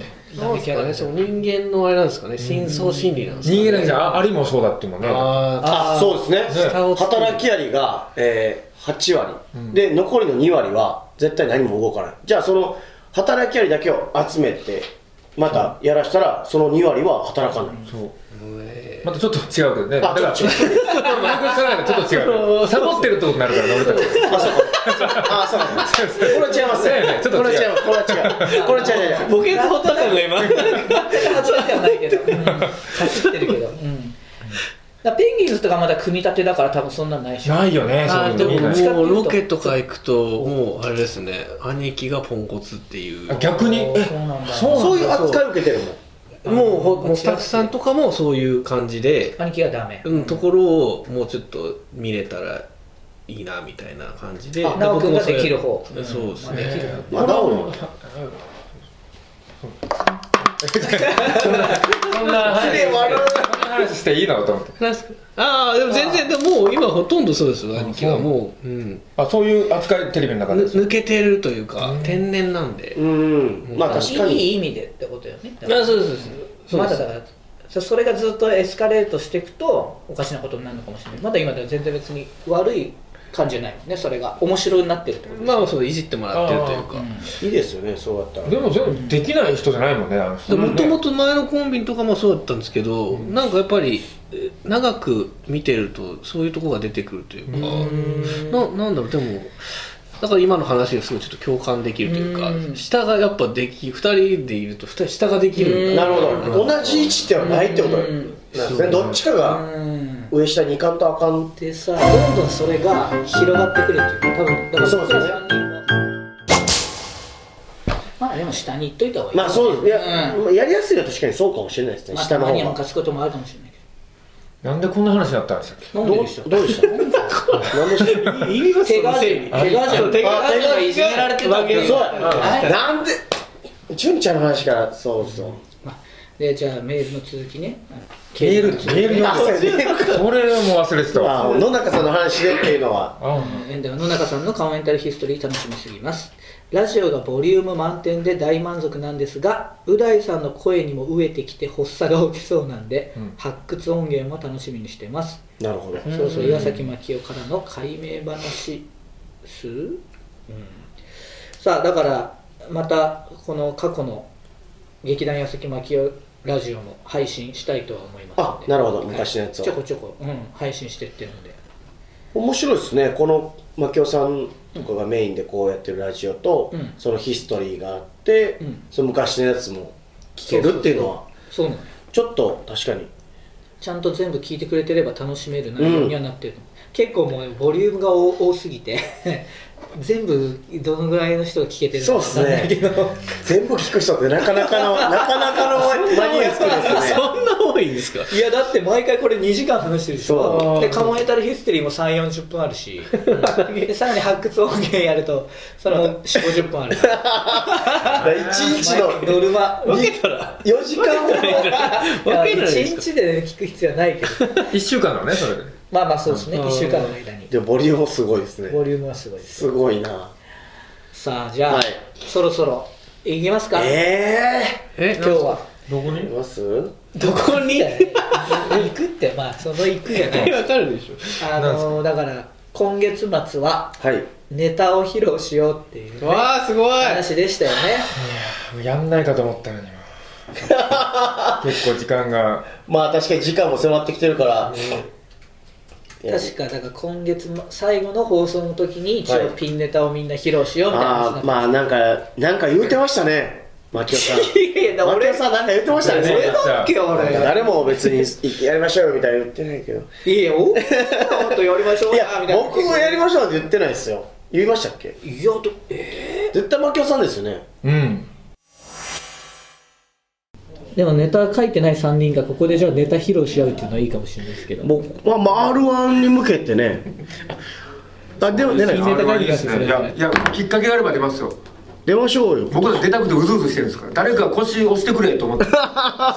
ね、その人間のあれなんですかね、深層心理なんですか、ね。人間なんじゃあありもそうだっていうもんね。ああそうですね下を作る働きアリが、えー8割、で残りの2割は絶対何も動かないじゃあその働きアリだけを集めてまたやらしたらその2割は働かない、またちょっと違うけどね。あちょっと違うだからマイクロサラダちょっと違う。サボってるってことになるからね、俺たち。あそうかあそうか これは違いますそうやねちょっと違うこれは違いますこれは違うこれは違う違う違うボケツボったから今走ってはないけど、うん、走ってるけど、うん、だからペンギンズとかまだ組み立てだから多分そんなんないでしょないよね、そうあいーうでのみんなねももうロケとか行くともうあれですね兄貴がポンコツっていうあ逆に、えそうなんだそうそういう扱い受けてるもんもうほもうスタッフさんとかもそういう感じで、兄貴がダメうん、ところをもうちょっと見れたらいいなみたいな感じであ直君ができる方僕もそれそうですね、できる方まあなおそんな話で悪いそんな話していいのと思って。なんすかああでも全然でももう今ほとんどそうですよ兄貴はもう、うん、あ、そういう扱い、テレビの中ぬで。抜けてるというか天然なんで、うんまあ確かいにい意味でってことよねだあからそうですそうまでだすだからそそれがずっとエスカレートしていくとおかしなことになるのかもしれないまだ今では全然別に悪い感じじゃないもんねそれが面白になってるってことまあそういじってもらってるというかいいですよねそうやったらでも全部できない人じゃないもんね、あの人。もともと前のコンビとかもそうだったんですけど、なんかやっぱりえ長く見てるとそういうとこが出てくるというかななんだろうでもだから今の話がすごいちょっと共感できるというか下がやっぱでき2人でいると2人下ができるんだなるほど同じ位置ではないってことよなんですねどっちかが上下に行かんとあかんでさどんどんそれが広がってくるっていうか多分だからそうですね僕ら三人はまあでも下に行っといた方がいいまあそうですいや、うんまあやりやすいのは確かにそうかもしれないですね、まあ下たのま方にはムがカつくこともあるかもしれないけなんでこんな話になったんでしたっけどどうどうでした何でした意味が手が手が手がじゃん手がじゃんいじめられてたわけそうや、なんで純ちゃんの話からそうそうでじゃあメールの続きねメール、メールあそう読やねむ。それもう忘れてたわ。あ野中さんの話でっていうのはあエンデは野中さんのカモメンタルヒストリー楽しみすぎますラジオがボリューム満点で大満足なんですがう大さんの声にも飢えてきて発作が起きそうなんで、うん発掘音源も楽しみにしてます、なるほどそうそう岩崎真紀夫からの解明話数、うん、さあだからまたこの過去の劇団岩崎真紀夫ラジオも配信したいとは思いますのあでなるほど昔のやつちょこをちょこ、うん、配信してってるので面白いですねこの牧雄さんとかがメインでこうやってるラジオと、うんそのヒストリーがあって、うんその昔のやつも聞けるっていうのはそうなのよちょっと確かにちゃんと全部聞いてくれてれば楽しめる内容にはなってる、結構もうボリュームが多多すぎて 全部どのぐらいの人が聞けてるそうのでかすわかんないけどね全部聞く人ってなかなか のなかなかのマニアックですねそんな多いんですかいやだって毎回これ2時間話してるで しそょでカモエタルヒステリーも3 4 0分あるしでさらに発掘音源やるとそれも4 5 0分ある一日のノルマ分けたら4時間後 いや分けないですか一日で聞く必要はないけどあ。一週間のね、それで。まあまあそうですね1週間の間にでボリュームすごいですボねリュームはすごいですすごいなさあじゃあ、はいそろそろいきますか、ええ今日はどこにえいますどこに行くってまあその行くじゃない分かるでしょあのーだから今月末ははいネタを披露しようっていう、ね、わあすごい話でしたよねやんないかと思ったのに。結構時間が。まあ確かに時間も迫ってきてるから、いや確かだから今月も最後の放送の時に一応はいピンネタをみんな披露しようみたいな話になあっあて、まあなんかなんか言うてましたね牧雄 さんいやいや牧俺雄さんなんか言ってましたね俺だっけなんか俺誰も別にいやりましょうよみたいな言ってないけどい やいやおっとやりましょういややみたいな僕もやりましょうって言ってないですよ言いましたっけいやとえ絶対牧雄さんですよねうん。でもネタ書いてない3人がここでじゃあネタ披露し合うっていうのはいいかもしれないですけど僕まあまあ R1 に向けてねあでも出ないあれのはいいですね。いや、いや、きっかけがあれば出ますよ。出ましょうよ僕ら出たくてうずうずしてるんですから。誰か腰押してくれと 思って。背中か。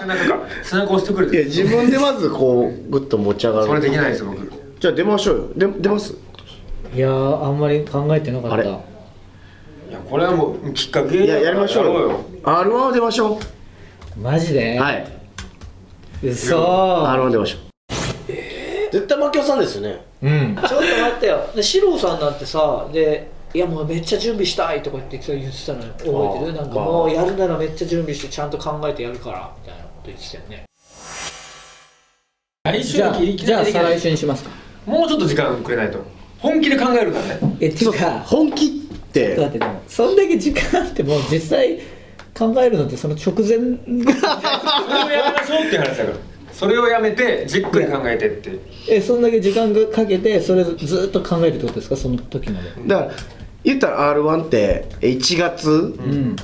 背中押してくれいやて。自分でまずこうグッと持ち上がるそれできないですよ、僕。じゃあ出ましょうよで出ますいやーあんまり考えてなかあっれたいや、これはもうきっかけ。いややりましょうやろよ R1 は出ましょ マジでうはい嘘あの出ましょう。絶対槙尾さんですよね。うん。ちょっと待ってよで四郎さんだってさでいやもうめっちゃ準備したいとか言って言ってたの覚えてるなんかもうやるならめっちゃ準備してちゃんと考えてやるからみたいなこと言ってたよね来週じゃあじゃあ再来週にしますかもうちょっと時間くれないと本気で考えるからねえっていうか本気ってちょっと待ってでもそんだけ時間あっても実際考えるのってその直前がそれをやめましょうっていう話だからそれをやめてじっくり考えてってえそんだけ時間がかけてそれずっと考えるってことですかその時までだから言ったら r 1って1月うん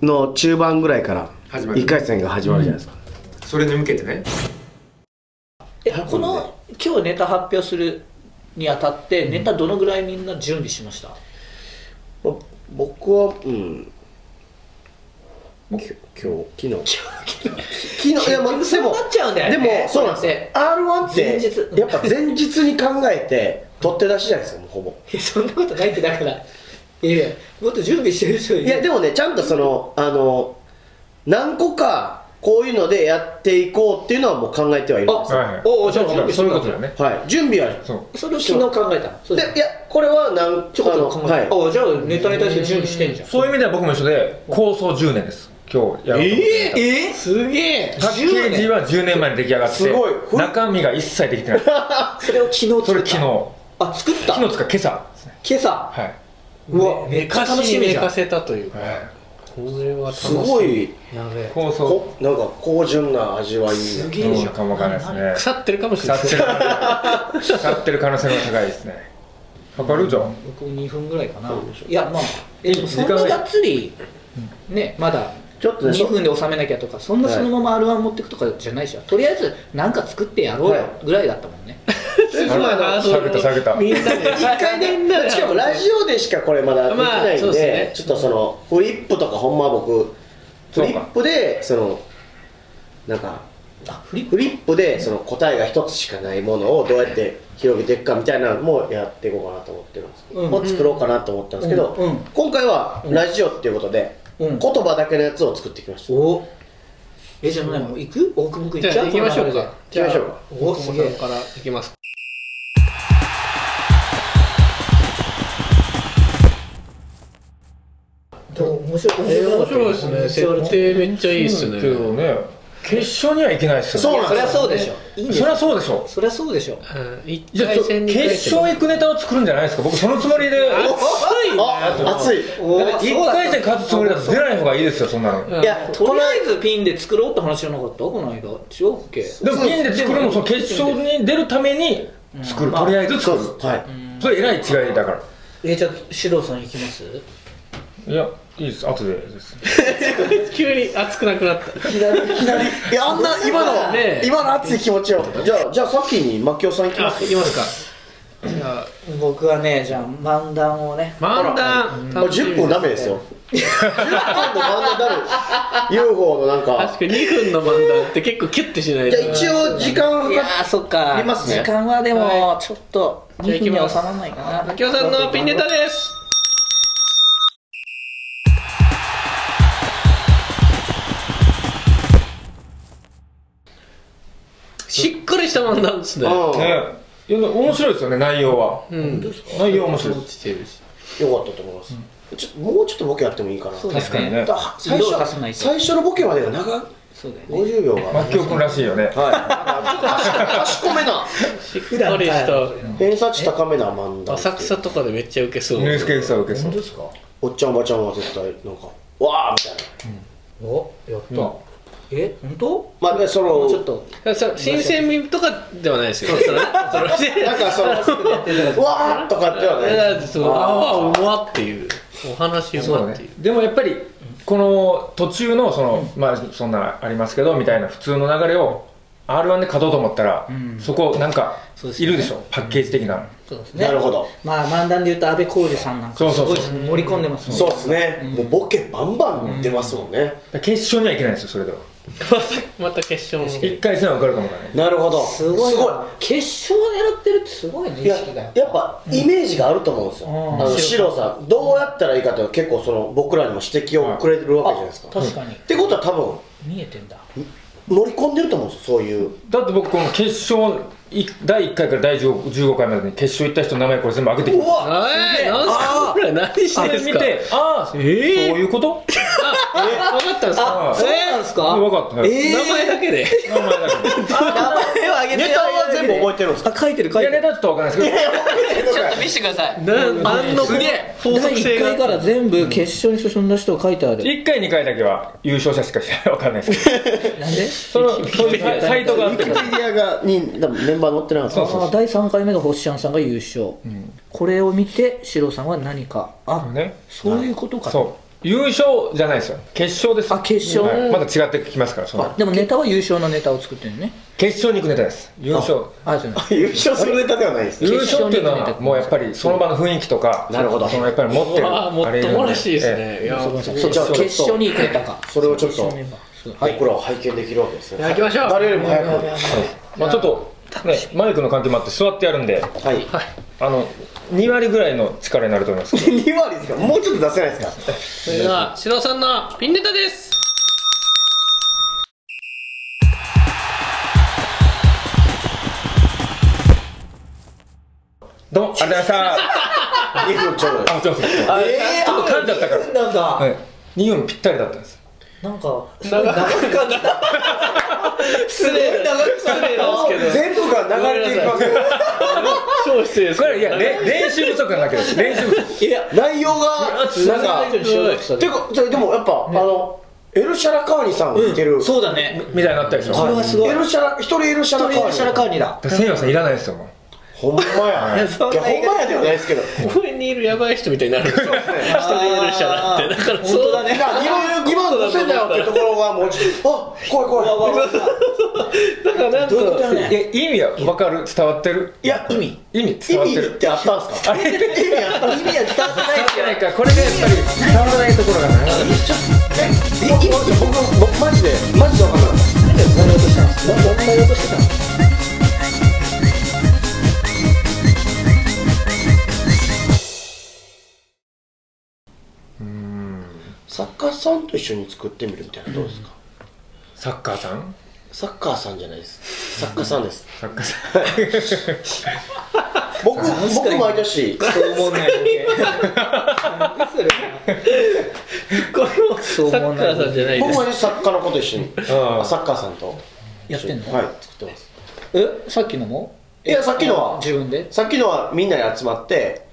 の中盤ぐらいから始まる1回戦が始まるじゃないですか、それに向けてねえこの今日ネタ発表するにあたってネタどのぐらいみんな準備しましたぼ僕はうんきょ今日 昨 日昨日いやまあでもなっちゃうんだよでねもそうなんですよ r 1って前日やっぱ前日に考えて取って出しじゃないですかもうほぼいやそんなことないってだからいやいやもっと準備してる人いいやでもねちゃんとそのあの何個かこういうのでやっていこうっていうのはもう考えてはいるんですよはいはいおうおうじゃあ準備してそうるいうことだねはい準備はそうそれを昨日考えたのそうでだよいやこれはなんちょこちょこ考えた、はいおうじゃあネタに対して準備してんじゃんそういう意味では僕も一緒で構想10年です今日やるえええすげえパッケージは10年前に出来上がってすごいふ中身が一切できてない それを昨日作ったそれ昨日あ作った昨日つか今朝ですね今朝はいうわめっちゃ楽しみじゃん寝かせたというか、これは楽しすごいやべえ構想こなんか高純な味わいすげえじどうゃんかもわからないですね腐ってるかもしれ腐ない って る腐ってる可能性が高いですねわかるじゃん僕2分ぐらいかないやまあえいいそんながっつりねまだちょっとね2分で収めなきゃとかそんなそのまま R1 持ってくとかじゃないじゃんとりあえず何か作ってやろうよぐらいだったもんね下げた下げたみんな で一回でしかもラジオでしかこれまだできないんで,、まあそうですねちょっとそのフリップとかほんま僕フそうかリップでそのなんかフリップでその答えが一つしかないものをどうやって広げていくかみたいなのもやっていこうかなと思ってるんですけど、うんを作ろうかなと思ったんですけど、うんうん今回はラジオっていうことで、うん言葉だけのやつを作ってきました、おえじゃあもう行く大久保君行っちゃうじゃあ行きましょうか行きましょうかおそすこげえからいきますどう面白い面白いですね設定めっちゃいいですねけどね決勝にはいけないっすよねそりゃそうでしょいいんですそよりゃそうでしょそりゃそうでしょうんじ一ゃあち回ょっと戦二決回戦勝行くネタを作るんじゃないですか僕そのつもりであ熱いお一回戦勝つつもりだと出ない方がいいですよそんなのうんいやとりあえずピンで作ろうって話じゃなかったこの間違うっけでもピンで作るのもその決勝に出るために作るとりあえずそ作うるですはいそれえらい違いだからえじゃあ獅童さん行きますいやいいです後でです急に熱くなくなったいやあんな今の、ねえ今の熱い気持ちをじゃあじゃあさっきに槙尾さん行きま あすいきますかじゃあ僕はねじゃあ漫談をね漫談もう10分ダメですよ。10分の漫談ダ メ。UFO のなん確か。かに2分の漫談って結構キュッてしないじゃとあ一応時間いはやかーそっかいますね時間はでもちょっとじゃあ行2分きにはます収まらないかな秋夫さんのピンネタですしっかりした漫談ですねっねいや面白いですよね内容はうん内容面白いです落ちてるしうん、よかったと思います。ちょもうちょっとボケやってもいいかな。そうだよ確かにねだ最色を足さない初と最初のボケまでが長そうだよね五十秒が。マッキオ君らしいよねはい。賢めな。しっかり した偏差値高めな漫談。浅草とかでめっちゃウケそうニュースケーキさん受けそうすかおっちゃんおばちゃんは絶対なんかわあみたいな。おやった、え本当まあでそもうちょのっとそう新鮮味とかではないですよそれそれでなんかそ のわあとかではない。だからそのああうまっていうお話うそうまだっていねうでもやっぱりこの途中のその、まあそんなありますけどみたいな普通の流れを r 1で勝とうと思ったら、そこなんかそうですいねるでしょパッケージ的な、そうですねなるほど。まあ漫談で言うと安倍浩二さんなんかすそうそうそごうい盛り込んでますもんねそうですね。もうボケバンバン出ますもんね。決勝にはいけないんですよそれでは また決勝も一回戦は分かるかもわからねなるほど。すごいな決勝狙ってるってすごいねい意や識がやっぱやっぱイメージがあると思うんですよ、んあのシロさんどうやったらいいかっていうのは結構その僕らにも指摘をくれてるわけじゃないですか、確かにってことは多見えてんだ乗り込んでると思うんですよそういうだって僕この決勝い第1回から第15回までに決勝行った人の名前これ全部上げてきてえー、何すかこれ何してそんれで見すかてああ、ええそういうことあ分かったんですかそうなんですか分かった、名前だけで名前だけど名前を挙げてネタは全部覚えてるん ですかあ書いてる書いいてやネるタちょっとわかんないですけどちょっと見せてください な何のすげえ法第1回から全部決勝に進んだ人を書いてある1回2回だけは優勝者しか知らないわかんないですけどなんでそのそういうサイサイトがあってウィキペディアがに多分メンバー乗ってなかったんですよあー第3回目が星ちゃんさんが優勝、これを見てシロさんは何かあねそういうことかそう優勝じゃないですよ決勝ですあ決勝はいまだ違ってきますからそのでもネタは優勝のネタを作ってるね決勝に行くネタです優勝あそうなん優勝するネタではないです優勝っていうのはもうやっぱりその場の雰囲気とかなるほどそのやっぱり持ってるああもあれっともらしいですえねいやそうそうじゃあ決勝に行くネタかそれをちょっとは僕いらは拝見できるわけですね行きましょう誰よりも早くえまあちょっとねマイクの関係もあって座ってやるんではいあの2割ぐらいの力になると思います2割ですかもうちょっと出せないですかそれではシロさんのピンネタですどうもありがとうございました2分ちょうどであ、すすいません。ちょっと噛んじゃったから。なんかはい。2分ぴったりだったんです。なんかすごい長く感じたすごい長く感じた全部が流れていきますよ超失礼ですこれはいやれ練習不足なだけです。練習不足。内容がなんかてかそれでもやっぱあのエルシャラカーニさん似てるそうだねみたいになったでしょ。これはすごいエルシャラ一人エルシャラカトリオシャラーニカーニだ千葉さんいらないですよ。もうほんまや いやほんまやではないですけど公園にいるやばい人みたいになるんですよ一人いるしゃなってだから本当だいねや2万2万5千だよってところがもうちょっとあ怖い怖いだからなんかどういうことやねんいや意味は分かる伝わってる。いや意味意味伝意わって味るっ。てあったんですか意味あったんです意味かは伝わってないじゃないかこれでやっぱり伝わらないところがね。え意味って僕僕マジでマジで分かんなかった作家さんと一緒に作ってみるみたいなどうですかサッカーさん。サッカーさんじゃないです作家さんですサッカーさ 僕僕毎年そう思わないこれもそうサ思わッカないーさんじゃないで僕す毎年作家の子と一緒にん。あサッカーさんとやってんのはい作ってますえさっきのもいやさっきのは自分でさっきのはみんなに集まって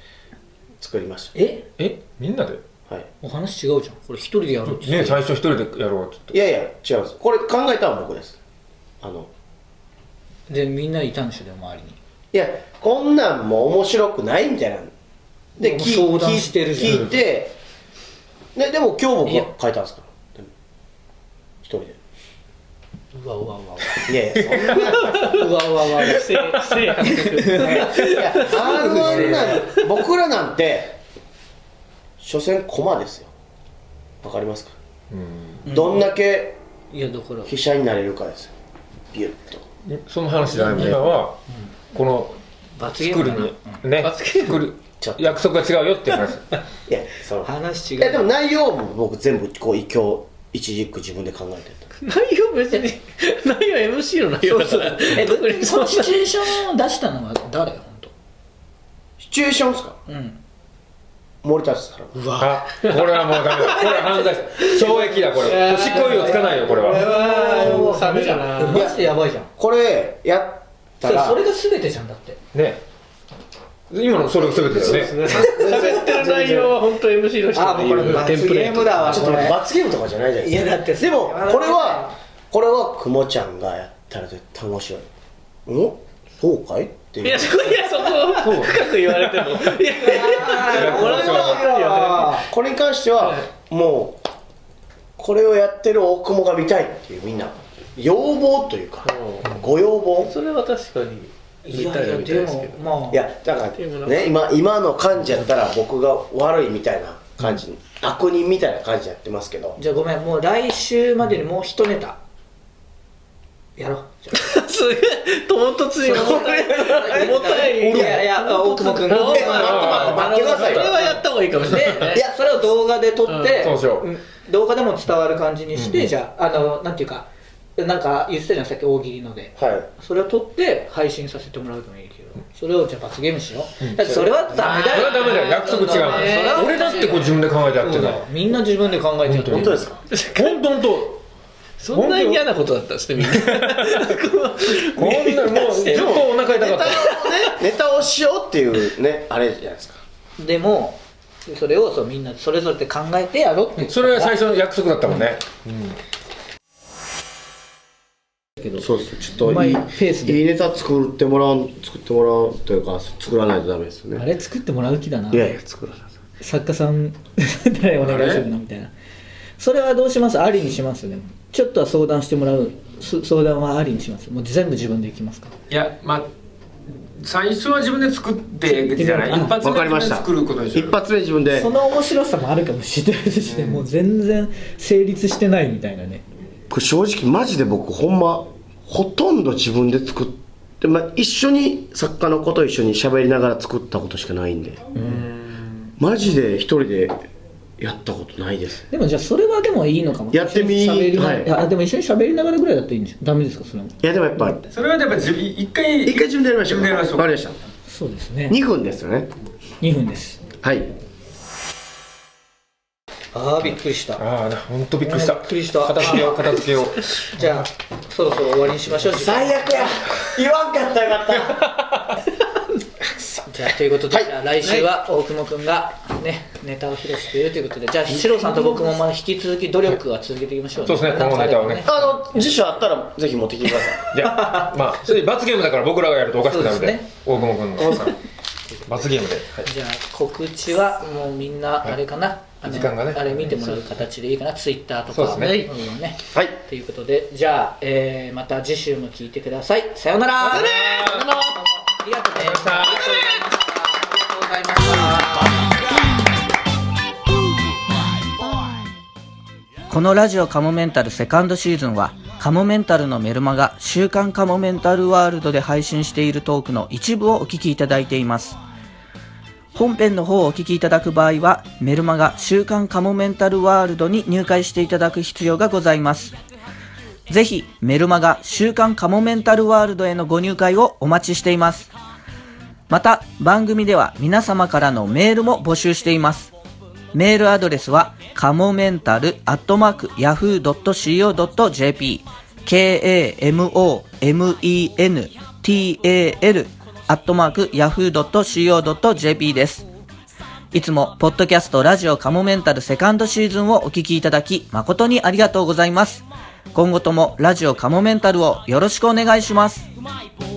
作りましええみんなで。たはいお話違うじゃんこれ一人でやるね最初一人でやろうっていやいや違うんですこれ考えたのは僕ですあのでみんないたんでしょでも周りにいやこんなんも面白くないみたいなでもう聞相談してるじゃん聞いてででも今日いや僕は書いたんですからでも一人でうわうわうわいやいやそんなうわうわうわ不正不正発覚いや R1 なん僕らなんて所詮コマですよわかりますか、どんだけいやだから飛車になれるかですよビュッと言って。その話じゃないもん。今はこの罰ゲー作ムるだなにね作る約束が違うよっていう話。いやその話違いやでうも内容も僕全部こう今日一軸自分で考えてた内容別に内容 MC の内容だからえぶこのシチュエーションを出したのは誰本当シチュエーションですかうん森田さんうわあ、これはもうダメだ。これは犯罪です。懲役だ、これ。執行猶予つかないよ、これは。もうダメだなえマジでやばいじゃんこれやったそれらそれが全てじゃんだってね。今のそれが全てだよね。喋ってる内容は本当 MC の人あのもうこれ罰ゲームだわちょっとね罰ゲームとかじゃないじゃないですいかやだってでもこれはこれはくもちゃんがやったら絶対面白いんそうかいっていいうやそこいやそこを深く言われてもいやこれはこれに関してはもうこれをやってる大久保が見たいっていうみんな要望というかご要望それは確かにい見たやいいやみたいでですけどもいまあやだかでもならんかね今今の感じやったら僕が悪いみたいな感じ、悪人みたいな感じやってますけどじゃあごめんもう来週までにもう一ネタやろうじゃあすげえ唐突に重たい重たいいやいや大久保君があ待って待ってくださいそれはやった方がいいかもしれないねいやそれを動画で撮って、そうしよううん動画でも伝わる感じにして、じゃああのなんていうかなんか言ってたじゃんさっき大喜利のではいそれを撮って配信させてもらうでもいいけどそれをじゃあ罰ゲームしよう、だってそれはダメそだれよはダメだよ約束違うもんそれは俺だってこう自分で考えてやってないみんな自分で考えてやってる本当ですか本当本 当そんなに嫌なことだったんですねみんなこんなもうずっとお腹痛かったネタをしようっていうね あれじゃないですかでもそれをそうみんなそれぞれで考えてやろうって言ってそれは最初の約束だったもんねそうですちょっといいまあペースでいいネタ作ってもらう作ってもらうというか作らないとダメですよあねれ作ってもらう気だないやいや作らない作家さん誰お願いするのみたいなそれはどうしますありにしますでもちょっとは相談してもらうす相談はありにしますもう全部自分で行きますかいやまあ最初は自分で作ってじゃない一発わか目りま自分でした作ることにし一よう発目自分でその面白さもあるかもしれないですしね、もう全然成立してないみたいなねこれ正直マジで僕ほんまほとんど自分で作って、まあ、一緒に作家の子と一緒に喋りながら作ったことしかないんでマジで一人でやったことないですでもじゃあそれはでもいいのかもやってみ一緒に喋りなはいあでも一緒に喋りながらぐらいだといいんですダメですかそれもいやでもやっぱそれはやっぱ自分一回一回自分でやりましょう自分でやりましょうわかりましたそうですね2分ですよね2分ですはいああびっくりしたああ本当びっくりしたびっくりした片付け よう片付けようじゃあそろそろ終わりにしましょう最悪や言わんかったよかったじゃあということで、じゃあ来週は大久保君がねネタを披露しているということでじゃあ四郎さんと僕もまだ引き続き努力は続けていきましょう、そうですね今後のネタをねあの辞書あったらぜひ持ってきてくださいい やまあそれ罰ゲームだから僕らがやるとおかしくなるんそでうです大久保君の罰ゲームで、はいじゃあ告知はもうみんなあれかな、あの時間がねあれ見てもらう形でいいかなツイッターとかそうですね,、うん、ねはいということでじゃあ、えーまた次週も聞いてくださいさようならさようならありがとうございましたありがとうございましたこのラジオカモメンタルセカンドシーズンは、カモメンタルのメルマガ週刊カモメンタルワールドで配信しているトークの一部をお聞きいただいています。本編の方をお聞きいただく場合は、メルマガ週刊カモメンタルワールドに入会していただく必要がございます。ぜひ、メルマガ週刊カモメンタルワールドへのご入会をお待ちしています。また、番組では皆様からのメールも募集しています。メールアドレスは、かもめんたるアットマーク、ヤフー .co.jp、k-a-m-o-m-e-n-t-a-l アットマーク、ヤフー .co.jp です。いつも、ポッドキャストラジオカモメンタルセカンドシーズンをお聞きいただき、誠にありがとうございます。今後ともラジオカモメンタルをよろしくお願いします。うまい棒